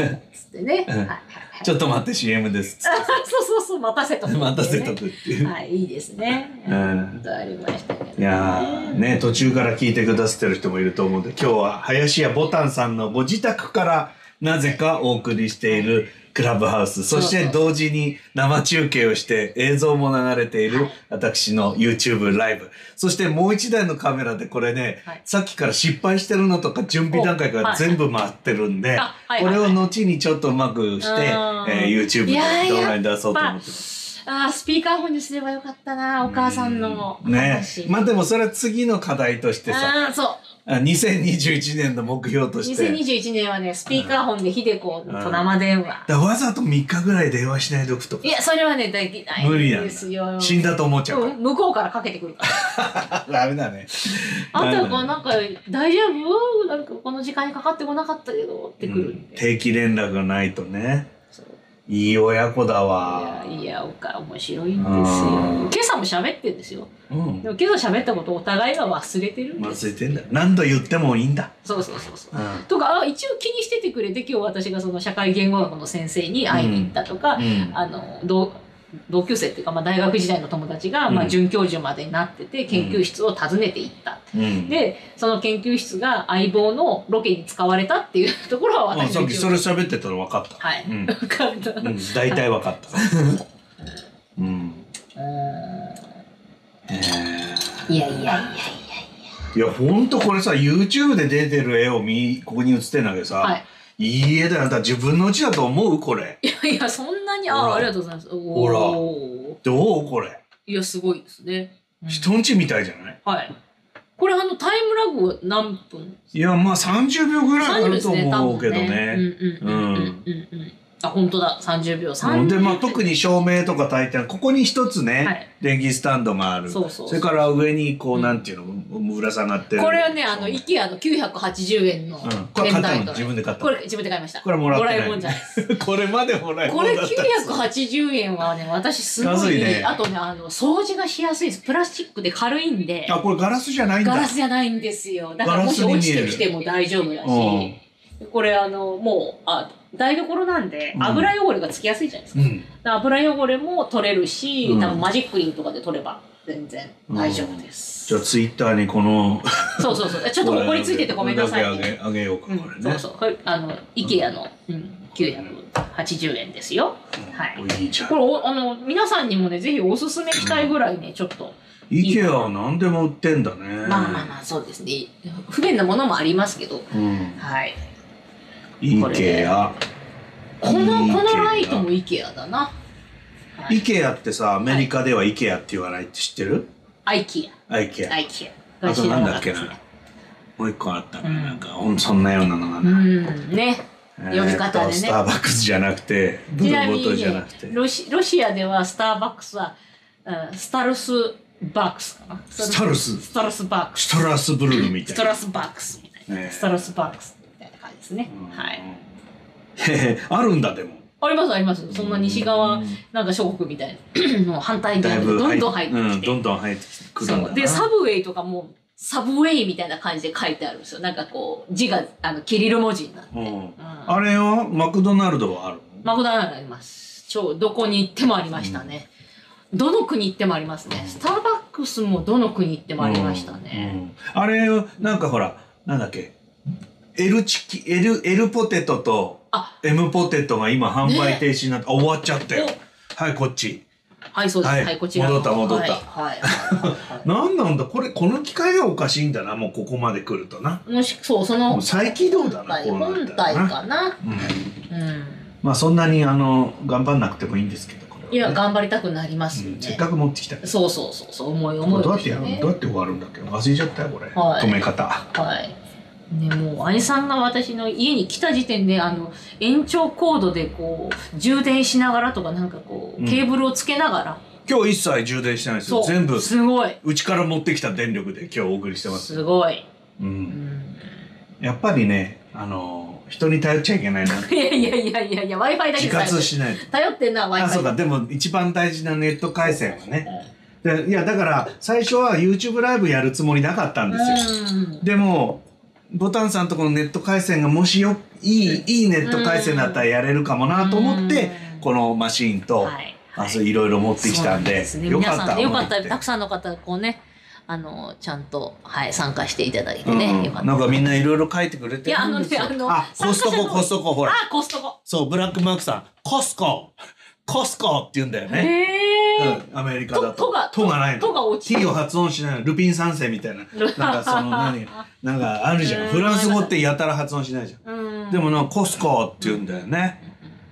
てね。
う
は
ん
いはいはい
ちょっと待って CM ですつっ
そうそうそう、待たせとく、
て待たせとくって いう、
はい、いいですね。
うん
本当ありましたけど、
いやーね途中から聞いてくださってる人もいると思うんで今日は林家ボタンさんのご自宅からなぜかお送りしているクラブハウスそして同時に生中継をして映像も流れている私の YouTube ライブそしてもう一台のカメラでこれね、
はい
さっきから失敗してるのとか準備段階から全部回ってるんで、
おはいあはい
こ
はい
れ
はい
を後にちょっとうまくして、え
うん
ー YouTube
いや
で
ー
動画に出そうと思ってます。
あースピーカーフォンにすればよかったな、お母さんの
ね
話。
まあでもそれは次の課題としてさ
あーそう。
あ2021年の目標として
2021年はね、スピーカーフォンでひでこと生電話。
だわざと3日ぐらい電話しないでおくとか
いや、それはね、できない
無理なん
で
だ
すよ。
死んだと思っちゃう
うん向こうからかけてくるから。
から ダメだね
あんた
ダ
が
メだね
なんか、大丈夫なんかこの時間にかかってこなかったけどってくるん
うん
で。
定期連絡がないとね
そう
いい親子だわ
いや、いや、おか、面白いんですよ。
うん
今朝も喋ってんですよ。
うん
でも今朝喋ったことお互いは忘れてるん
ま
で
ず
す。
いてんだよ何度言ってもいいんだ
そうそうそうそう。
うん
とか、あ一応気にしててくれて、今日私がその社会言語学の先生に会いに行ったとか、
うん
あの同同級生っていうか、まあ、大学時代の友達が、ま
う
あ、
ん
准教授までになってて研究室を訪ねていった、
うん
でその研究室が相棒のロケに使われたっていうところは
うん
私
さっ
の
き
記
そ
憶
れ喋ってたら分かった
はい、
うん
分かった、う
うんん大体分かったうんえー
いやいやいやいや
いやほんとこれさ YouTube で出てる絵を見ここに映ってんだけどさ、、
はい
い絵だよあんた自分の家だと思うこれ
いやいやそんなに
ほ
あ
ら
ありがとうございますお
ほら
お
どうこれ
いやすごいですね、うん
人ん家みたいじゃない
はいこれあのタイムラグは何分
いやまあ30秒ぐらいあ
30
る
です
と
ね多
思う
分
けどね
うんうんうんうんうんうんあ本当だ30秒
ほん
30
で
秒
まあ特に照明とか焚いてあるここに一つね、
はい
電気スタンドがある
そうそうそう
れから上にこう、
うん
なんていうのぶら下がってる
これはね、あの、
うん、
IKEA の980円の
これ買ったの
と
自分で買った
こ
の
れ自分で買いました。
これ もらってない
もらいもんじゃないです。
これまでもらえ
これ
た
980円はね、私すご
安
い
いね
あとね、あの、掃除がしやすいです。プラスチックで軽いんで、
あこれガラスじゃないんだ
ガラスじゃないんですよ。だか
ガ
ら
ラ
も
ス
し
に見える
落ちてきても大丈夫だ
うん
し、これあの、もう、あ、台所なんで
う、ん
油汚れがつきやすいじゃないですか。
うん
だから油汚れも取れるし、
うん
多分マジックリンとかで取れば全然大丈夫です。
じゃあツイッターにこの
そうそうそう。ちょっと埃ついててごめんなさい
あ
ね
げ。あげようか、これね。
そうそう。これ、あの、IKEA の、うん、980円ですよ。はい
おいいじゃん
こ。れお、あの、皆さんにもね、ぜひおすすめしたいぐらいね、ちょっと。
IKEA は何でも売ってんだね。
まあまあまあ、そうですね。不便なものもありますけど。
うん。
はい。これ
IKEA。
この、こ
IKEA
のライトも IKEA だな。はい
IKEA ってさ、アメリカでは IKEA って言わないって知ってる
IKEA。
?IKEA。
IKEA。
あとなんだっけ
知ら
な
かっ。
もう一個あったね。
うん
なんか、ほんそんなようなのが
たで
ね。
すねうん、ね。
えーっと
呼び方でね
スターバックスじゃなくて、ブ
ち
ル
なみ
ボトル
に
じゃな
ね
くて。
ロシ、ロシアではスターバックスは、うんスタルスバックスかな。
スタルス
スタルスバックス。
ストラスブルーみ
ス
た
ト
いな。
ラスバックスみたいな、
ね
ストラスバックスみたいな感じですね、
うん
はい。
へへあるん だ、でも。
ありますありますそんな西
う
側
ん
なんか諸国みたいな の反対
だい
側
ぶ
にどんどん入って
う
き
ん、
て、
どんどん入ってくるんだ
そう
な。
でサブウェイとかもサブウェイみたいな感じで書いてあるんですよなんかこう字があのキリル文字になって、
うん
うん
あれはマクドナルドはあるの
マクドナルドあります超どこに行ってもありましたね、どの国行ってもありますねスターバックスもどの国行ってもありました
うん
ね、
うんあれなんかほらなんだっけ L チキ L, L ポテトと
あ
M ポテトが今販売停止になって、あ終わっちゃったよ
お
はいこっち
はい、そうです。
は
はいい、こちらの。
戻った戻った
はい、はいはいは。
なんなんだこれこの機械がおかしいんだなもうここまで来るとない
もし、そう、そ
も
の
う、再起動だな
はい
こうな
本
った
体
らな
かな。
うん、
うん。
まあそんなにあの頑張んなくてもいいんですけどこれはね
いや、頑張りたくなりますよ
うんせっ
ね。
かく持ってきた
そうそうそう、そう、思い
こ
思い
れどう
で
やってや
すよ
る
ね
のどうやって終わるんだっけ忘れちゃったよこれ、
はい
止め方
はい。ね、もう兄さんが私の家に来た時点であの延長コードでこう充電しながらとかなんかこう、
うん
ケーブルをつけながら
今日一切充電してないです
そ
よ
う
全部
すごいう
ちから持ってきた電力で今日お送りしてます、
すごい、
う、
うんん、
やっぱりねあの人に頼っちゃいけない な
いやいやいやいやいや w i f i だけ
自
頼って
活しないと
頼ってんな w i
あ
f
そう
i
かでも一番大事なネット回線はねでいやだから最初は YouTube ライブやるつもりなかったんですよ、
うん
でもボタンさんとこのネット回線がもしよいいいいネット回線だったらやれるかもなと思って
うん
このマシーンと
はい
あそういろいろ持ってきたんで
そうなすね
よか
皆
っ
さ
た
んよかった
持ってきて
たくさんの方こうねあのちゃんと、はい、参加していただいてね、よか
う
っ
ん、な
た
んかみんないろいろ書いてくれて
いやあ
る
の
んです
ね
よ
あの
あコストココストコほら
あコストコ
そうブラックマークさんコスココスコって言うんだよね、
へー
うん、アメリカだと
ととが
とがないの
とが落ち
T を発音しないのルピン三世みたい ななんかその何なんかあるじゃんフランス語ってやたら発音しないじゃん
うん
でもなコスコって言うんだよね、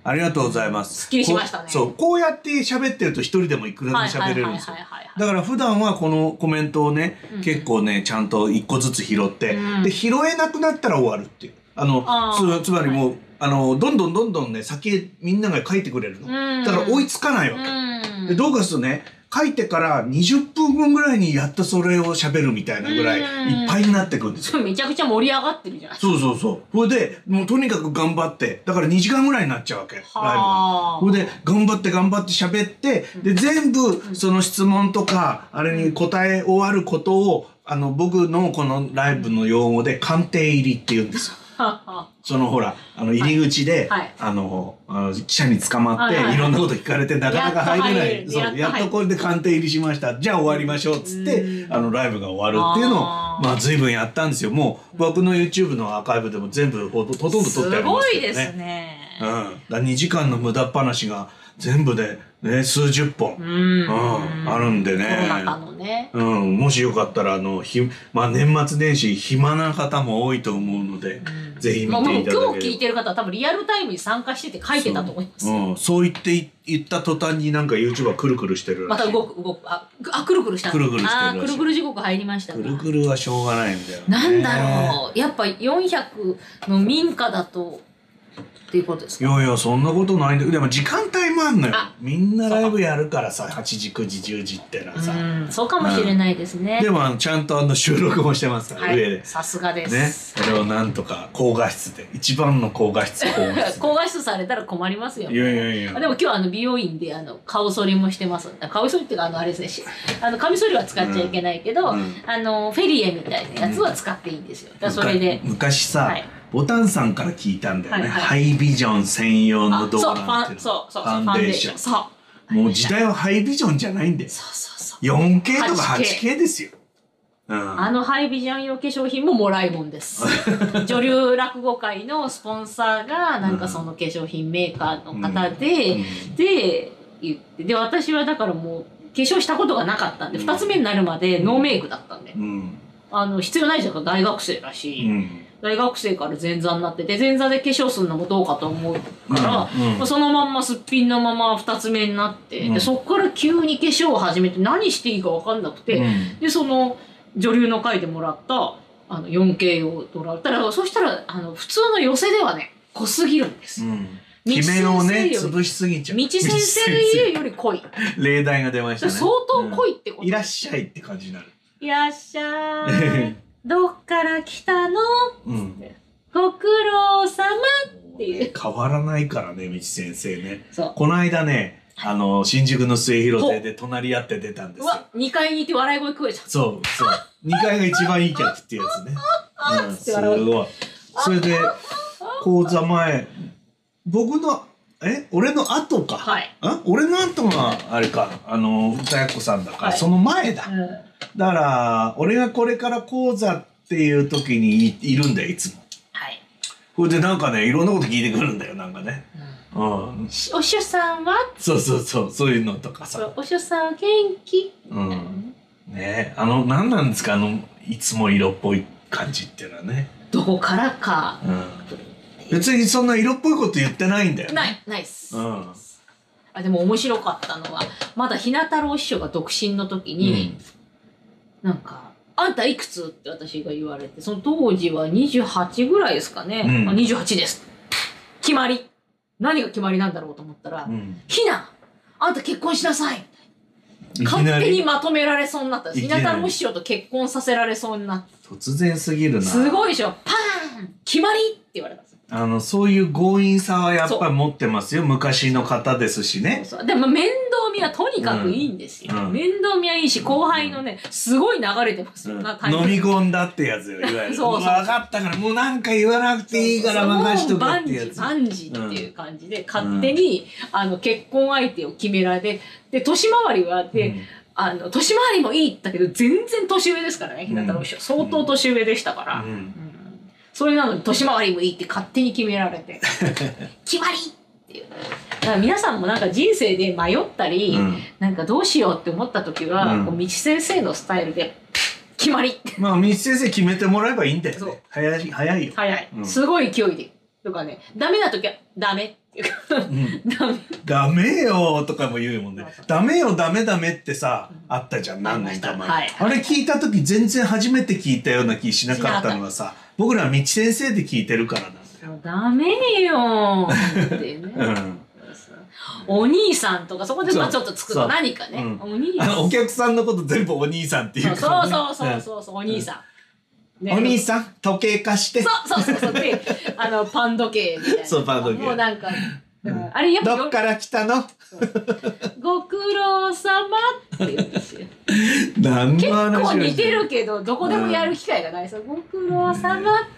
ありがとうございます
すっきりしましたね
こうそうこうやって喋ってると一人でもいくらでも喋れるんですよ
はいはいはいはいはいはい
だから普段はこのコメントをね、
うん
結構ねちゃんと一個ずつ拾って、
うん
で拾えなくなったら終わるっていうあの
あー
つつまりもう、あのどんどんどんどんね先へみんなが書いてくれるの、
うん
だから追いつかないわけ、
うん
でどうかするとね書いてから20分分ぐらいにやっとそれを喋るみたいなぐらい
うん
いっぱいになってくるんですよ、
それめちゃくちゃ盛り上がってるじゃない
そうそうそうそれでもうとにかく頑張ってだから2時間ぐらいになっちゃうわけライブが。
は
それで頑張って頑張って喋ってで全部その質問とかあれに答え終わることをあの僕のこのライブの用語で鑑定入りって言うんですよ。
あ。
そのほらあの入り口で、
はい
あのあの記者に捕まって、
はい
い
はい
ろんなこと聞かれてなかなか入れない
やっと入る
そう
や
や
っと入る
っとこれで鑑定入りしましたじゃあ終わりましょうっつって
うん
あのライブが終わるっていうのを
あー
まあ随分やったんですよもう僕の YouTube のアーカイブでも全部ほとほとんど撮ってあ
す
りま
ご
すけ
い
どね。
ですね。
うん、だ2時間の無駄っ話が全部で、ね、数十本、
う
うん
ん
あるんで
コロ
ね、
ナ禍のね。
うん、もしよかったらあのひ、まあ、年末年始暇な方も多いと思うので、ぜひ見
まあ、もう
てい
今
た
日
だけ
聞
れば。
いてる方は多分リアルタイムに参加してて書いてたと思います。
うん、そう言ってい言った途端になんか YouTuber くるくるしてる
ま
らしい
た動く動くあくあくるくるした
くるくるしてるら
あ
しい
ーくるくる時刻入りましたか
くるくるはしょうがないんだよ、ね、
なんだろうやっぱ400の民家だとっていうことです
い
か
やいやそんなことないんだけどでも時間帯もあんのよ
あ
みんなライブやるからさ8時9時10時ってのはさ、
うんそうかもしれないですね
で、もあのちゃんとあの収録もしてますから、
は
上で
い、さすがで
ね、
す、
それをなんとか高画質で一番の高画質高画質
高画質されたら困りますよ
いやいやいや
あでも今日はあの美容院であの顔剃りもしてますあ顔剃りっていうかあのあれですねしあのカミソリは使っちゃいけないけど、
うんうん
あのフェリエみたいなやつは使っていいんですよだからそれで
昔、昔さ、
はい
ボタンさんから聞いたんだよね、
はいはい
ハイビジョン専用
あ
の動
そう
画
フ
なんて
ァ
い
ン
う
そ
の
うそうそう
ファンデーション
そう
もう時代はハイビジョンじゃないんです
そうそうそう
4K とか
8K
8K ですよ、うん、
あのハイビジョン用化粧品ももらいも んです。女流落語会のスポンサーが、なんかその化粧品メーカーの方で、
うん
で、言って、で、私はだからもう、化粧したことがなかったんで、
うん
二、つ目になるまでノーメイクだったんで、
うん
あの、必要ないじゃんか、大学生だ
う
し、
ん
大学生から前座になってて、前座で化粧するのもどうかと思うから、
うんうん
まあそのまんますっぴんのまま二つ目になって、
う
で
ん
そっから急に化粧を始めて何していいかわかんなくて、
うん
でその女流の会でもらったあの 4K をドラたらそしたらあの普通の寄せではね濃すぎるんです、
うん
道先生
姫をね
より
潰しすぎちゃう
道先生の
道
家
先
より濃い
生例題が出ましたね
相当濃いってこと、
うんいらっしゃいって感じになる、
いらっしゃ いどっから来たの
うん、
ご苦労様っていう
変わらないからね道先生ね
そう
この間ねあの新宿の末広亭で隣り合って出たんで
う
すよ
わ2階にいて笑い声聞こえちゃう
そうそう2階が一番いい客っていうや つね、うん、すごいそれで講座前僕のえ俺の後か、
はい、
あ俺の後があれかあの歌やっこさんだから、
はい
その前だ
うん
だから俺がこれから講座っていう時にいいるんだよいつも
はい
それでなんかねいろんなこと聞いてくるんだよなんかね
うん
うん。
しお師匠さんは
そうそうそう、そういうのとかさ。
お師匠さんは元気、
うん。ねあの、何なんですか、あの、いつも色っぽい感じっていうのはね。
どこからか
うん。別にそんな色っぽいこと言ってないんだよね。
ないないっす、
うん
あでも面白かったのはまだ日向太郎師匠が独身の時に、なんか「あんたいくつ?」って私が言われてその当時は28ぐらいですかね「
うん
あ28です」決まり何が決まりなんだろうと思ったら
うん。うん
「ひなあんた結婚しなさい」
いきな
勝手に
り
まとめられそうになったんです
いきな
日向
り
太郎師匠と結婚させられそうになって
突然すぎるな。
す
い。
ごいでしょパーン決まりって言われたんですよ
あの、そういう強引さはやっ
そ
ぱ持ってますよ。昔の方ですしね。
そうでも面倒見はとにかくいいんですよ、
うんうん
面倒見はいいし後輩のねすごい流れてます
う
よ、
ん
な
飲み込んだってやつよ、いわゆる。
そうそう
分かったから、もうなんか言わなくていいから任しとくってやつ。
もう万事万事っていう感じで、勝手にあの結婚相手を決められてで年回りはで、
うん
あの年回りもいいだけど全然年上ですからね日向郎師匠、相当年上でしたから、
うん
それなのに年回りもいいって勝手に決められ て決まりっていうだから皆さんもなんか人生で迷ったり、
うん
なんかどうしようって思った時は、
うん
こう道先生のスタイルで決まりって
まあ、道先生決めてもらえばいいんだよ
そう
ね。早い、早いよ。
早い、
うん
すごい勢いでとかねダメな時はダメっていうか
うん
ダメ
ダメよとかも言うもんね
そうそ。う
ダメよ、ダメダメってさ、あったじゃん、何年か前。
ありました
あれ聞いた時全然初めて聞いたような気しなかったのはさ、僕らは道先生で聞いてるからなんだよ。
ダメよーっていうね、
うん。
お兄さんとかそこでまあち
そ
ょ
う
っとつくと何かね、
うん
お兄
あ
さ ん
の、お客さんのこと全部お兄さんっていうか
そう
らね
そうそうそうそうお兄さん、ね
お兄さん、時計貸して。
そうそうそうそうであのパン時計みたいな
そうパン時計
もうなんか、
うん
あれやっぱ
どっから来たの
ご苦労様って言うんですよ
何
結
の話を
構
して
似てるけどどこでもやる機会がないそうご苦労様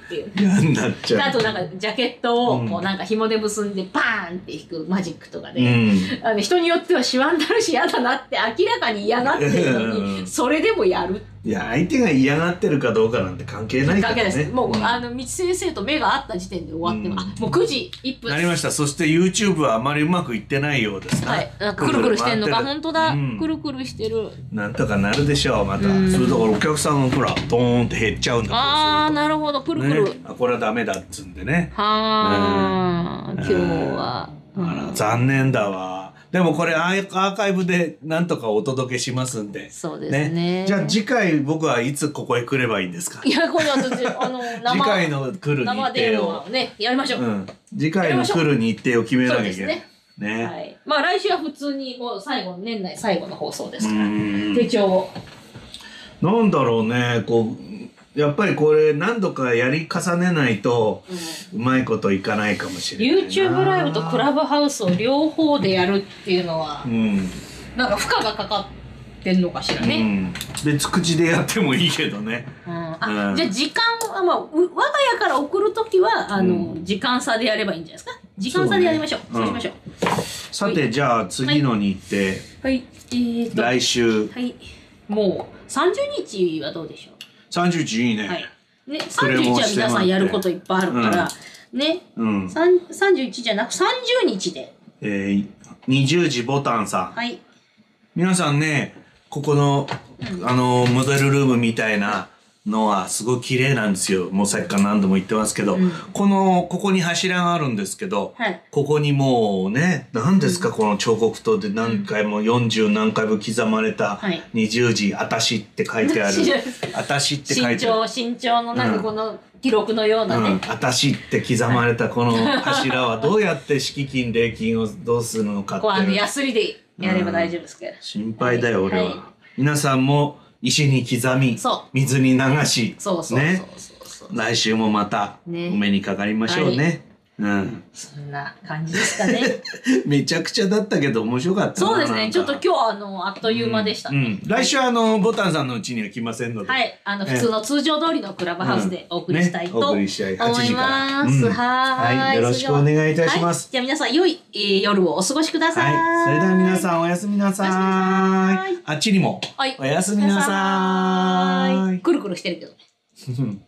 っていう。
嫌になっちゃ
あ
う。
となんかジャケットをこ
う
うんなんか紐で結んでパーンって引くマジックとか
う
で、
ん。
あの人によってはシワになるし嫌だなって明らかに嫌がってるの
う
に
ん
それでもやる
いや、相手が嫌がってるかどうかなんて関係ないか
だ
ら
けです、
ね。
もう、
ん
あの道先生と目が合った時点で終わってます、
うん
あもう9時1分
なりました。そして YouTube はあまりうまくいってないようですな。
はい、なんかくるくるしてんの
回
か
ってる
本当だ、
うん
くるくるしてる
なんとかなるでしょう、また。
うん
それだからお客さんがほら、ドーンって減っちゃうんだ
あー
な
なるほどくるくる、
ね、あこれはダメだっつうんでね。
はあ、今日は、うん
あら、残念だわ。でもこれアーアーカイブでなんとかお届けしますんで。
そうですね
じゃあ次回僕はいつここへ来ればいいんですか
いやこれ私あの生
次回の来る日
生電
程
話
を
を。ねやりましょう、
うん。次回の来る日程を決めなきゃいけない。
そう
ね。
はい、まあ来週は普通にこう最後年内最後の放送です
う
から、
ん
手帳を
なんだろうね、こう、やっぱりこれ何度かやり重ねないと、うまいこといかないかもしれないな。
YouTube ライブとクラブハウスを両方でやるっていうのは、
うん。
なんか負荷がかかってんのかしら
う
ね、
ん。別口でやってもいいけど ね。
うんあ、
うん
じゃあ時間をあ、まあ、う我が家から送るときはあの、
う
時間差でやればいいんじゃないですか時間差でやりましょう
そ
そうう,、
ね
しましょう
さて、じゃあ次の日程、
はいえー、っと
来週、
はいもう30日はどうでしょ
30日いいね。
う、はいね、
それ
30日
も
は
してもらって
皆さんやることいっぱいあるから、ね
うん。
さん31じゃなく30日で
えー、20時ボタンさん。
はい
皆さんね、ここの、あの、モデルルームみたいなのはすごい綺麗なんですよ。もうさっきから何度も言ってますけど、
うん
この、ここに柱があるんですけど、
はい
ここにもうね、何ですか、この彫刻刀で何回も40何回も刻まれた
はい
20時、あたしって書いてあ る
私じゃないです。
あたしって書
身
いてある。
長身長のなん
うん
かこの記録のようなね、
うん、あたしって刻まれたこの柱はどうやって敷金礼金をどうするのかっ
こうあ
て
の
いう
ヤスリでやれば大丈夫ですけど、
心配だよ、
はい
俺は、
はい
皆さんも石に刻み
そう
水に流し
そうそうそう
ね
そうそう、
来週もまたお
ね
目にかかりましょうねうん、
そんな感じですかね
めちゃくちゃだったけど面白かったな
そうです
なん
ね
か
ちょっと今日はあのあっという間でした、
うんうん来週はあのボタンさんのうちには来ませんので、
はい、あの
ね
普通の通常通りのクラブハウスでお送りしたいと
ねお
思
送
い
り
ま
し
す。
たい8
は
時からうん
ーい
はいよろしくお願いいたします
はいじゃあ皆さん良い、えー夜をお過ごしください。
はい、それでは皆さんおやすみなさ
おやすみなさ
いあっちにも
はい
おやすみなさ
おやすみなさ
ー
ー
い
くるくるしてるけどね。
うん